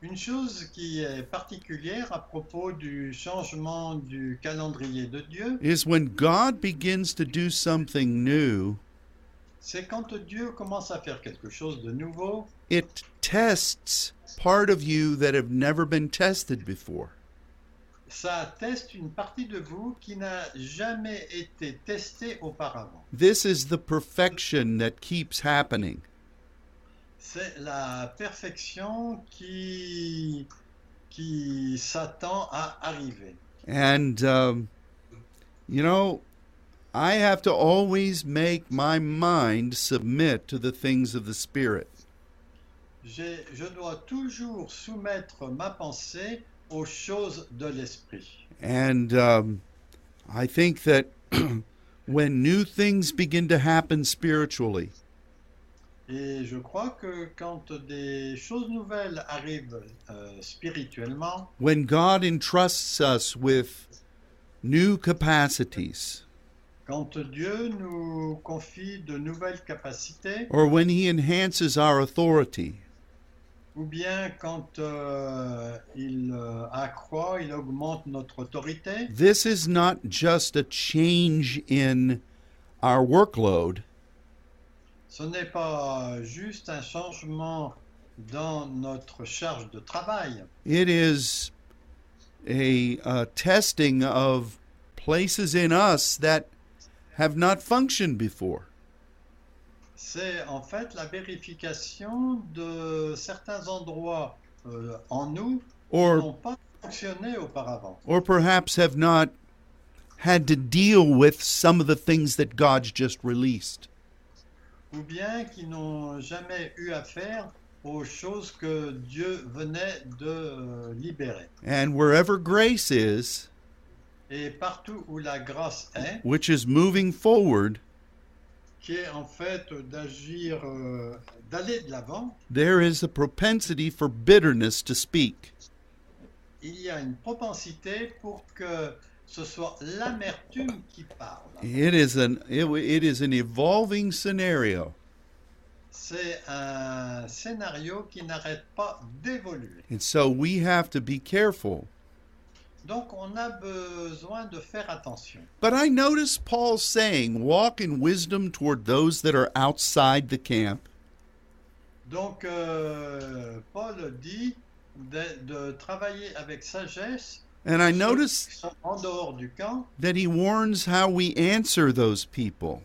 Une chose qui est particulière à propos du changement du calendrier de Dieu, is when God begins to do something new, c'est quand Dieu commence à faire quelque chose de nouveau, it tests part of you that have never been tested before. ça teste une partie de vous qui n'a jamais été testée auparavant. This is the perfection that keeps happening. C'est la perfection qui, qui s'attend à arriver. And, um, you know, I have to always make my mind submit to the things of the Spirit. J'ai- Je dois toujours soumettre ma pensée aux choses de l'esprit. And um, I think that *clears throat* when new things begin to happen spiritually, Et je crois que quand des choses nouvelles arrivent euh, spirituellement, when God entrusts us with new capacities, quand Dieu nous confie de nouvelles capacités, or when He enhances our authority, ou bien quand euh, il euh, accroît, il augmente notre autorité, this is not just a change in our workload, ce n'est pas juste un changement dans notre charge de travail, it is a uh, testing of places in us that have not functioned before. c'est en fait la vérification de certains endroits euh, en nous qui Or n'ont pas fonctionné auparavant. or perhaps have not had to deal with some of the things that God's just released. ou bien qui n'ont jamais eu affaire aux choses que Dieu venait de euh, libérer. And wherever grace is, Et partout où la grâce est, which is moving forward, qui est en fait d'agir, euh, d'aller de l'avant, there is a propensity for bitterness to speak. il y a une propensité pour que ce soit l'amertume qui parle. It is an it, w- it is an evolving scenario. C'est un scénario qui n'arrête pas d'évoluer. And so we have to be careful. Donc on a besoin de faire attention. But I notice Paul saying, walk in wisdom toward those that are outside the camp. Donc, euh, Paul dit de, de travailler avec sagesse And I ceux qui notice sont en dehors du camp that he warns how we answer those people.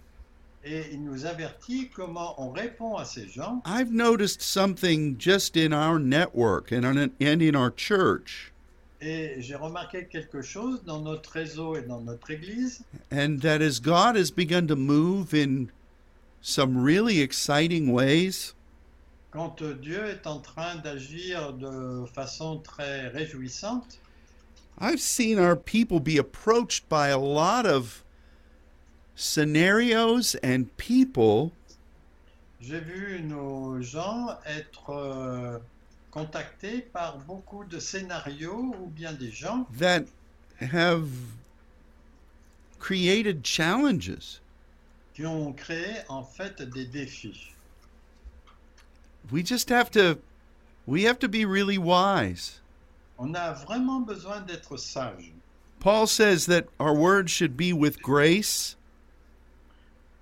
et il nous avertit comment on répond à ces gens. I've noticed something just in our network and, on, and in our church, Et j'ai remarqué quelque chose dans notre réseau et dans notre église, and that as God has begun to move in some really exciting ways, quand Dieu est en train d'agir de façon très réjouissante, I've seen our people be approached by a lot of scenarios and people j'ai vu nos gens être euh, contactés par beaucoup de scénarios ou bien des gens that have created challenges. qui ont créé en fait des défis. We just have to, we have to be really wise. On a vraiment besoin d'être sage. Paul says that our words should be with grace.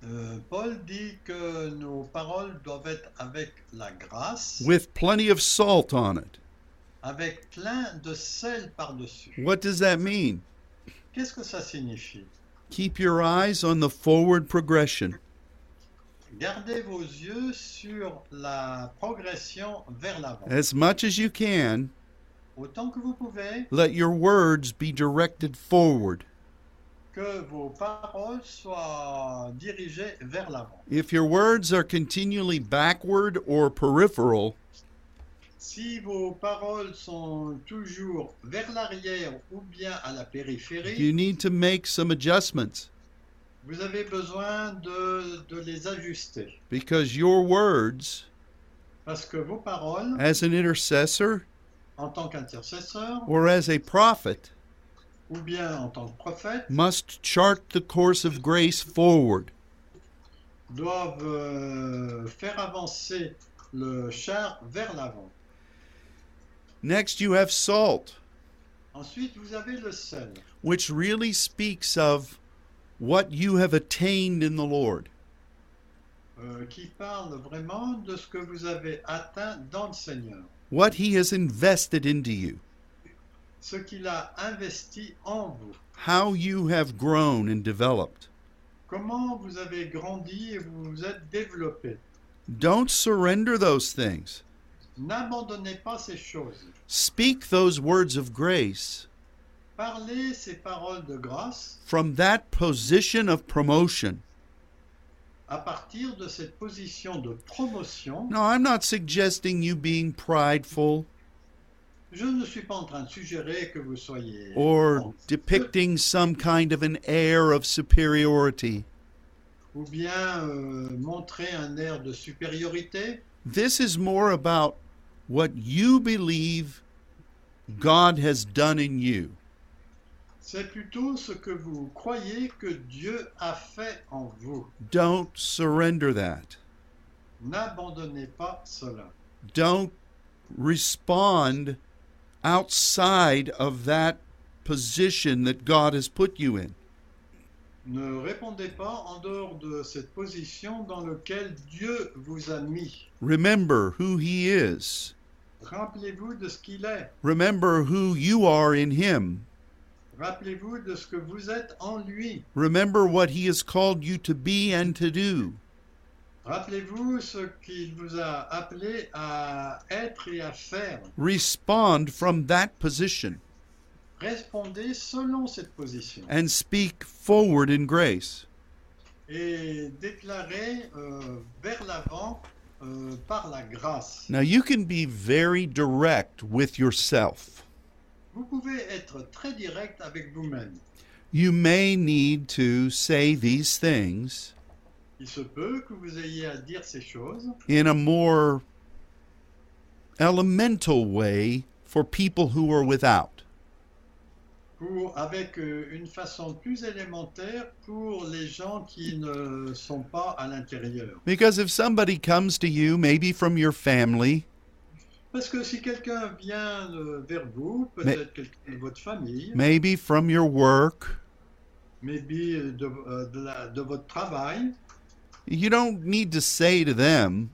Euh, Paul dit que nos paroles doivent être avec la grâce, with plenty of salt on it. avec plein de sel par-dessus. What does that mean? Qu'est-ce que ça signifie Keep your eyes on the forward progression. Gardez vos yeux sur la progression vers l'avant. As much as you can, Autant que vous pouvez, let your words be directed forward. que vos paroles soient dirigées vers l'avant. If your words are continually backward or peripheral, Si vos paroles sont toujours vers l'arrière ou bien à la périphérie, You need to make some adjustments vous avez besoin de, de les ajuster. because your words, Parce que vos paroles, as an intercessor en tant qu'intercesseur or as a prophet, ou bien en tant que prophète, must chart the course of grace forward. doivent euh, faire avancer le char vers l'avant. Next, you have salt, Ensuite, vous avez le sel, which really speaks of what you have attained in the Lord. euh, qui parle vraiment de ce que vous avez atteint dans le Seigneur, what he has invested into you, ce qu'il a investi en vous, how you have grown and developed. comment vous avez grandi et vous vous êtes développé. Don't surrender those things. N'abandonnez pas ces choses. Speak those words of grace Parlez ces paroles de grâce from that position of promotion. à partir de cette position de promotion. No, I'm not suggesting you being prideful Je ne suis pas en train de suggérer que vous soyez or depicting some kind of an air of superiority. ou bien euh, montrer un air de supériorité. This is more about what you believe God has done in you. C'est plutôt ce que vous croyez que Dieu a fait en vous. Don't surrender that. N'abandonnez pas cela. don't respond outside of that position that God has put you in. Ne répondez pas en dehors de cette position dans laquelle Dieu vous a mis. Remember who He is. Rappelez-vous de ce qu'il est. Remember who you are in Him. Rappelez-vous de ce que vous êtes en lui. Remember what He has called you to be and to do. Rappelez-vous ce qu'il vous a appelé à être et à faire. Respond from that position Répondez selon cette position. and speak forward in grace. et déclaré euh, vers l'avant euh, par la grâce. Now, you can be very direct with yourself. Vous pouvez être très direct avec vous-même. You may need to say these things Il se peut que vous ayez à dire ces choses in a more elemental way for people who are without. pour, avec euh, une façon plus élémentaire pour les gens qui ne sont pas à l'intérieur. Because if somebody comes to you, maybe from your family, Parce que si quelqu'un vient euh, vers vous, peut-être quelqu'un de votre famille, maybe from your work, maybe euh, de, euh, de la- de votre travail, you don't need to say to them,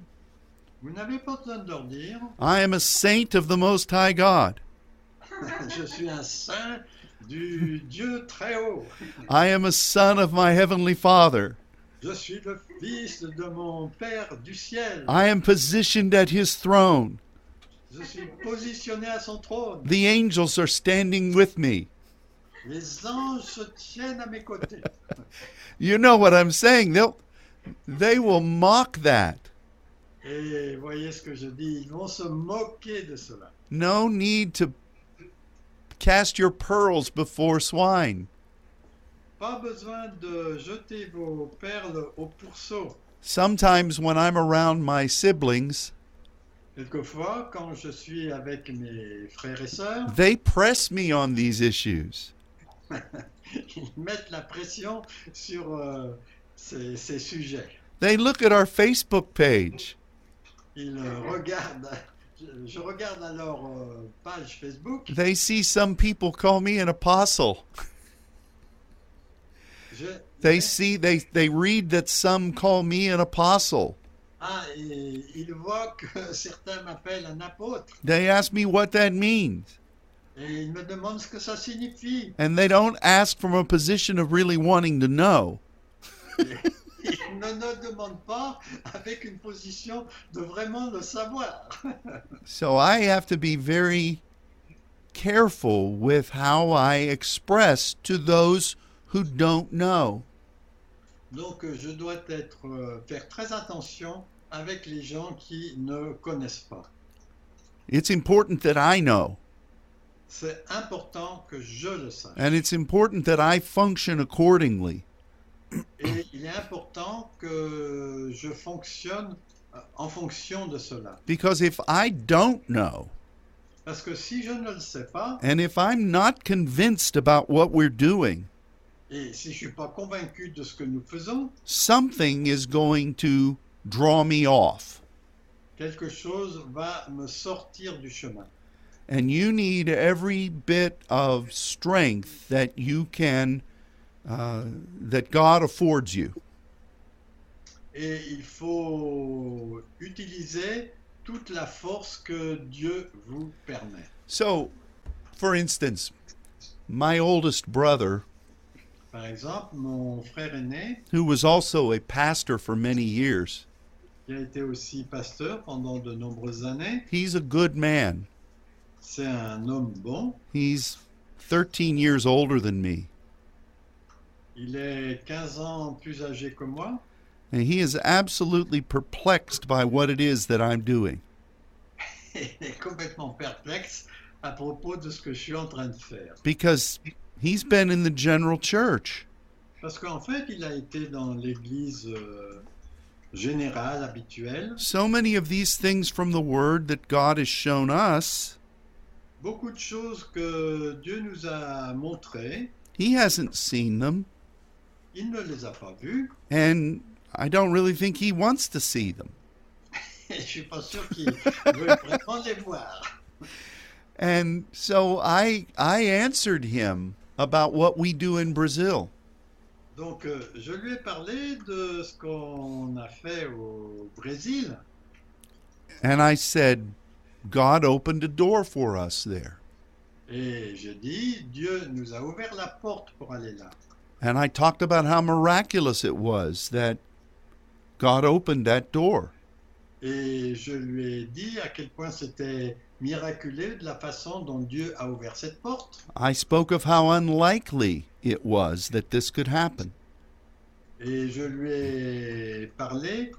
vous n'avez pas besoin de leur dire *laughs* I am a saint of the Most High God. Je suis un saint du Dieu très haut. I am a son of my Heavenly Father. Je suis le fils de mon Père du ciel. I am positioned at His throne. Je suis positionné à son trône. The angels are standing with me. Les anges se tiennent à mes côtés. You know what I'm saying. They'll, they will mock that. Et voyez ce que je dis, ils vont se moquer de cela. No need to cast your pearls before swine. Pas besoin de jeter vos perles au pourceau. Sometimes when I'm around my siblings, Quelquefois, quand je suis avec mes frères et sœurs, *laughs* they press me on these issues. ils mettent la pression sur euh, ces, ces sujets. They look at our Facebook page. Ils euh, regardent, je, je regarde à leur euh, page Facebook They see some people call me an apostle. Je- They see they they read that some call me an apostle. Ah, et il voit que *laughs* certains m'appellent un apôtre They ask me what that means, et ils me demandent ce que ça signifie. and they don't ask from a position of really wanting to know. Ils ne me demandent pas avec une position de vraiment le savoir. So I have to be very careful with how I express to those who don't know. Donc euh, je dois être, euh, faire très attention avec les gens qui ne connaissent pas. It's important that I know, C'est important que je le sache. and it's important that I function accordingly. Et il est important que je fonctionne euh, en fonction de cela. Because if I don't know, Parce que si je ne le sais pas, and if I'm not convinced about what we're doing, et si je ne suis pas convaincu de ce que nous faisons, something is going to draw me off. quelque chose va me sortir du chemin. And you need every bit of strength that you can, uh, that God affords you. Et il faut utiliser toute la force que Dieu vous permet. So, for instance, my oldest brother, Par exemple, mon frère aîné, who was also a pastor for many years, qui a été aussi pasteur pendant de nombreuses années, he's a good man. c'est un homme bon. He's 13 years older than me, Il est 15 ans plus âgé que moi *laughs* and he is absolutely perplexed by what it is that I'm doing. et il est complètement perplexe à propos de ce que je suis en train de faire. because he's been in the general church Parce qu'en fait, il a été dans l'église euh, générale, habituelle. so many of these things from the word that god has shown us Beaucoup de choses que Dieu nous a montrées, he hasn't seen them il ne les a pas vues. and i don't really think he wants to see them *laughs* Et je suis pas sûr *laughs* qu'il veut vraiment les voir. and so i i answered him about what we do in brazil Donc, euh, je lui ai parlé de ce qu'on a fait au Brésil. and i said god opened a door for us there Et j'ai dit, Dieu nous a ouvert la porte pour aller là. and i talked about how miraculous it was that god opened that door Et je lui ai dit à quel point c'était miraculeux de la façon dont Dieu a ouvert cette porte. I spoke of how unlikely it was that this could happen. Et je lui ai parlé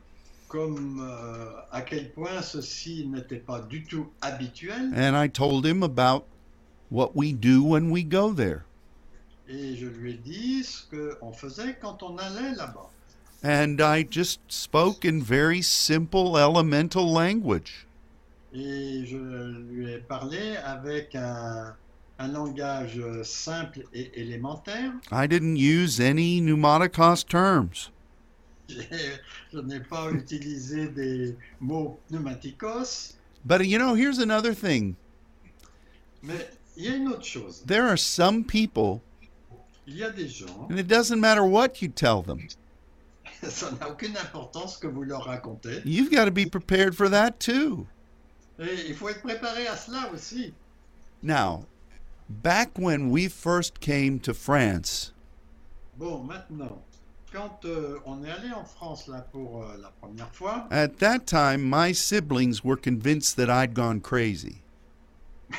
comme euh, à quel point ceci n'était pas du tout habituel. And I told him about what we do when we go there. Et je lui ai dit ce qu'on faisait quand on allait là-bas. And I just spoke in very simple, elemental language. Et je lui ai parlé avec un, un langage simple et élémentaire. *laughs* I didn't use any pneumaticos terms. J'ai- Je n'ai pas utilisé des mots pneumaticos. But you know, here's another thing Mais il y a une autre chose. there are some people, Il y a des gens, *laughs* and it doesn't matter what you tell them, ça n'a aucune importance ce que vous leur racontez. you've got to be prepared for that too. Et il faut être préparé à cela aussi. Now, back when we first came to France, Bon, maintenant, quand euh, on est allé en France là pour euh, la première fois, At that time, my siblings were convinced that I'd gone crazy. *laughs*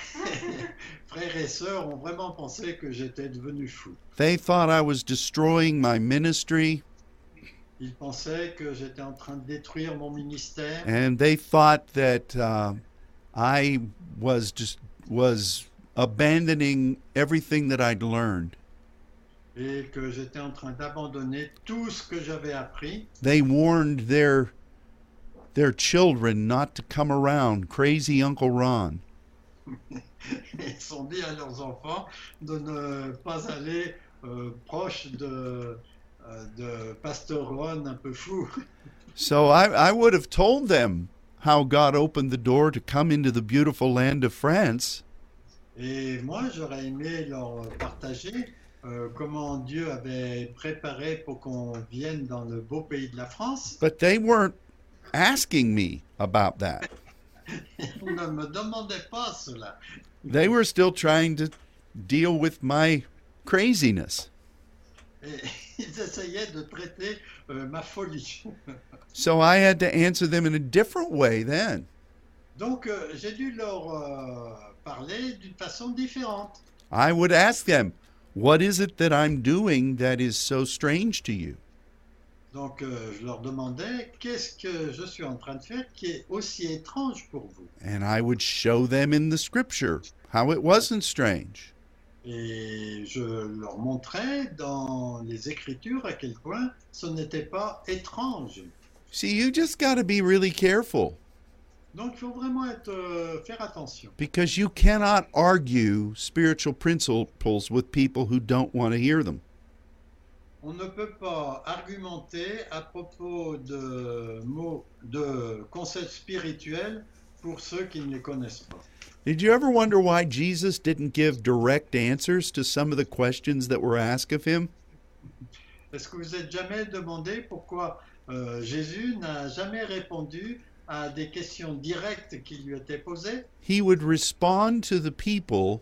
frères et sœurs ont vraiment pensé que j'étais devenu fou. They thought I was destroying my ministry, Ils pensaient que j'étais en train de détruire mon ministère. and they thought that uh, I was just was abandoning everything that I'd learned. et que j'étais en train d'abandonner tout ce que j'avais appris. *laughs* They warned their their children not to come around crazy Uncle Ron. Ils ont dit à leurs enfants de ne pas aller euh, proche de, euh, de Pasteur Ron un peu fou. So I, I would have told them how God opened the door to come into the beautiful land of France. Et moi, j'aurais aimé leur partager euh, comment Dieu avait préparé pour qu'on vienne dans le beau pays de la France. But they weren't asking me about that. Ils ne me demandaient pas cela. They were still trying to deal with my craziness. Et *laughs* ils essayaient de traiter euh, ma folie. *laughs* So I had to answer them in a different way then. Donc, euh, j'ai dû leur euh, parler d'une façon différente. I would ask them, What is it that I'm doing that is so strange to you? Donc euh, je leur demandais, qu'est-ce que je suis en train de faire qui est aussi étrange pour vous And I would show them in the scripture how it wasn't strange. Et je leur montrais dans les Écritures à quel point ce n'était pas étrange. See, you just got to be really careful Donc il faut vraiment être, euh, faire attention. because you cannot argue spiritual principles with people who don't want to hear them. On ne peut pas argumenter à propos de mots, de concepts spirituels pour ceux qui ne les connaissent pas. Did you ever wonder why Jesus didn't give direct answers to some of the questions that were asked of him? Est-ce que vous êtes jamais demandé pourquoi euh, Jésus n'a jamais répondu à des questions directes qui lui étaient posées He would respond to the people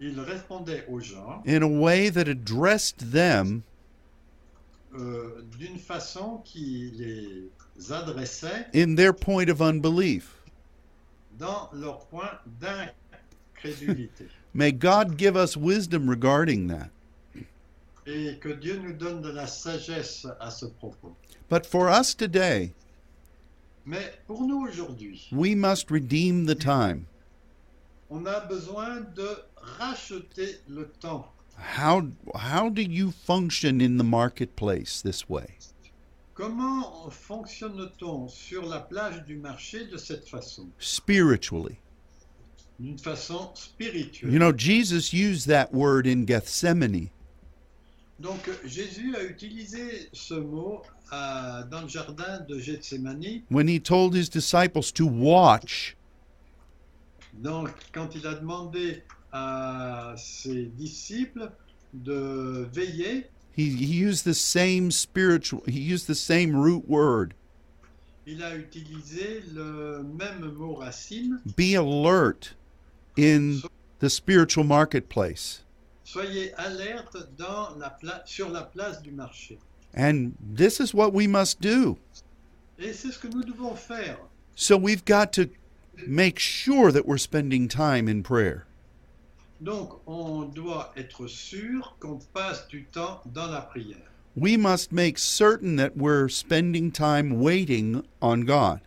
Il répondait aux gens in a way that addressed them euh, d'une façon qui les adressait in their point of unbelief. dans leur point d'incrédulité. May God give us wisdom regarding that. Et que Dieu nous donne de la sagesse à ce propos. But for us today, Mais pour nous aujourd'hui, we must redeem the time. on a besoin de racheter le temps. How how do you function in the marketplace this way? Comment fonctionne-t-on sur la plage du marché de cette façon Spiritually. D'une façon You spirituelle. know, Jesus used that word in Gethsemane. Donc Jésus a utilisé ce mot à- dans le jardin de Gethsemane when he told his disciples to watch Donc, quand il a demandé à ses disciples de veiller, he, he used the same spiritual he used the same root word il a utilisé le même mot racine. be alert in the spiritual marketplace Soyez alerte dans la pla- sur la place du marché. and this is what we must do Et c'est ce que nous devons faire. so we've got to make sure that we're spending time in prayer Donc, on doit être sûr qu'on passe du temps dans la prière. we must make certain that we're spending time waiting on god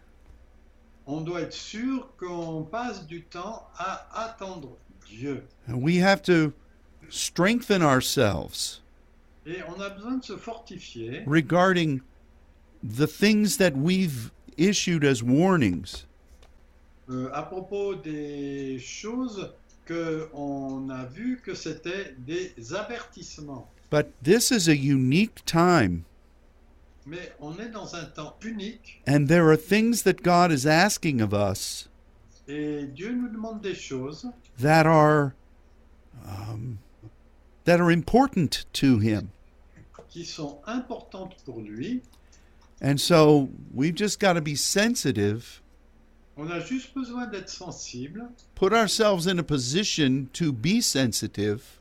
On doit être sûr qu'on passe du temps à attendre Dieu. and we have to strengthen ourselves Et on a besoin de se fortifier regarding the things that we've issued as warnings. Euh, à propos des choses que on a vu que c'était des avertissements. But this is a unique time, Mais on est dans un temps unique and there are things that God is asking of us et Dieu nous demande des choses that are um, that are important to Him. qui sont importantes pour lui. And so we've just got to be sensitive, On a juste besoin d'être sensible, put ourselves in a position to be sensitive,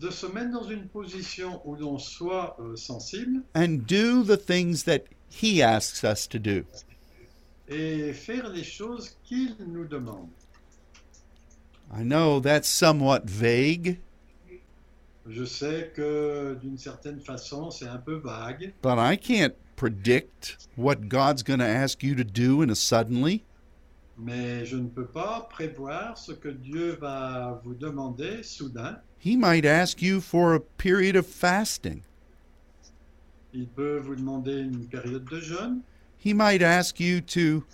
de se mettre dans une position où l'on soit euh, sensible and do the things that He asks us to do. et faire les choses qu'il nous demande. I know that's somewhat vague, Je sais que d'une certaine façon, c'est un peu vague. But I can't predict what God's going to ask you to do in a suddenly. Mais je ne peux pas prévoir ce que Dieu va vous demander soudain. He might ask you for a period of fasting. Il peut vous demander une période de jeûne. He might ask you to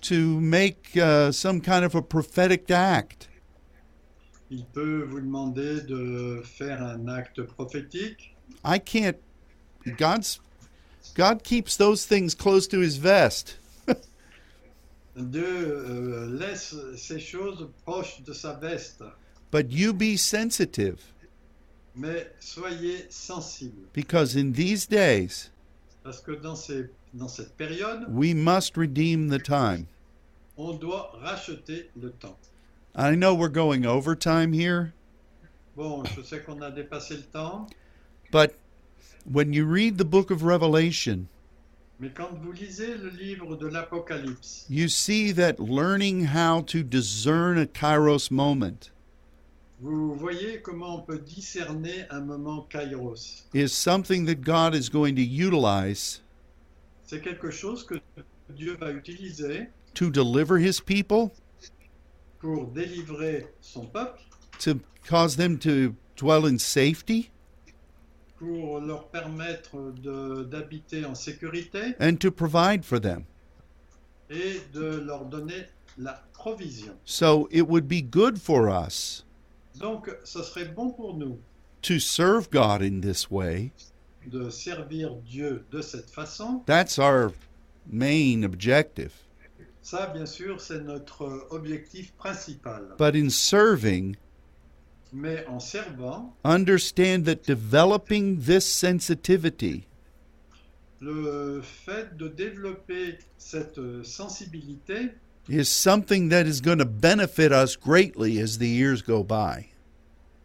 to make uh, some kind of a prophetic act. Il peut vous demander de faire un acte prophétique. I can't God's God keeps those things close to his vest. Dieu euh, laisse ces choses proches de sa veste. But you be sensitive Mais soyez sensibles. because in these days Parce que dans, ces- dans cette période, we must redeem the time. on doit racheter le temps. I know we're going overtime here, Bon, je sais qu'on a dépassé le temps, But when you read the book of Revelation, mais quand vous lisez le livre de l'Apocalypse, you see that learning how to discern a kairos moment Vous voyez comment on peut discerner un moment kairos. is something that God is going to utilize C'est quelque chose que Dieu va utiliser to deliver his people, pour délivrer son peuple, to cause them to dwell in safety, pour leur permettre de- d'habiter en sécurité and to provide for them. et de leur donner la provision. So it would be good for us Donc, ce serait bon pour nous to serve God in this way. de servir Dieu de cette façon. That's our main objective. Ça, bien sûr, c'est notre objectif principal. But in serving, Mais en servant, understand that developing this sensitivity le fait de développer cette sensibilité, is something that is going to benefit us greatly as the years go by.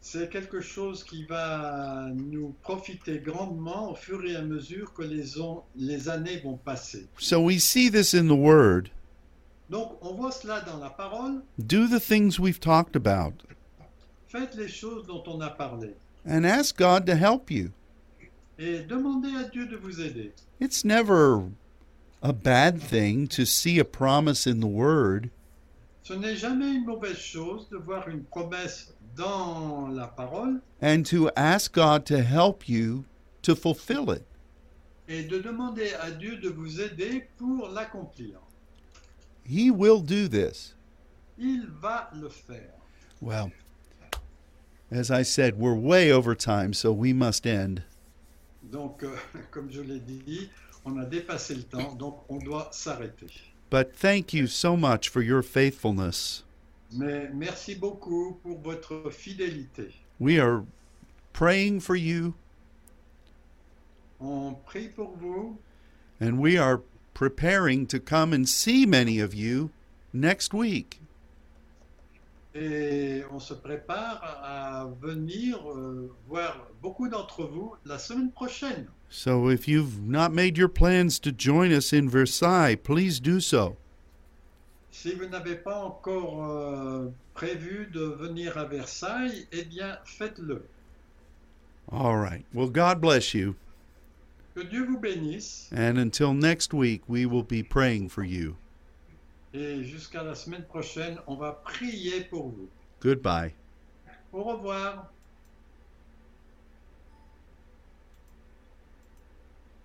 c'est quelque chose qui va nous profiter grandement au fur et à mesure que les, on- les années vont passer. So we see this in the Word. Donc, on voit cela dans la parole. Do the things we've talked about Faites les choses dont on a parlé and ask God to help you. et demandez à Dieu de vous aider. It's never a bad thing to see a promise in the Word Ce n'est jamais une mauvaise chose de voir une promesse dans la parole and to ask God to help you to fulfill it. et de demander à Dieu de vous aider pour l'accomplir. He will do this. Il va le faire. Well, as I said, we're way over time, so we must end. Donc, euh, *laughs* comme je l'ai dit, on a dépassé le temps, donc on doit s'arrêter. But thank you so much for your faithfulness. Mais merci beaucoup pour votre fidélité. We are praying for you On prie pour vous and we are preparing to come and see many of you next week. et on se prépare à venir euh, voir beaucoup d'entre vous la semaine prochaine. So if you've not made your plans to join us in Versailles, please do so. Si vous n'avez pas encore euh, prévu de venir à Versailles, eh bien faites-le. All right. Well, God bless you. Que Dieu vous bénisse And until next week, we will be praying for you. et jusqu'à la semaine prochaine, on va prier pour vous. Goodbye. Au revoir.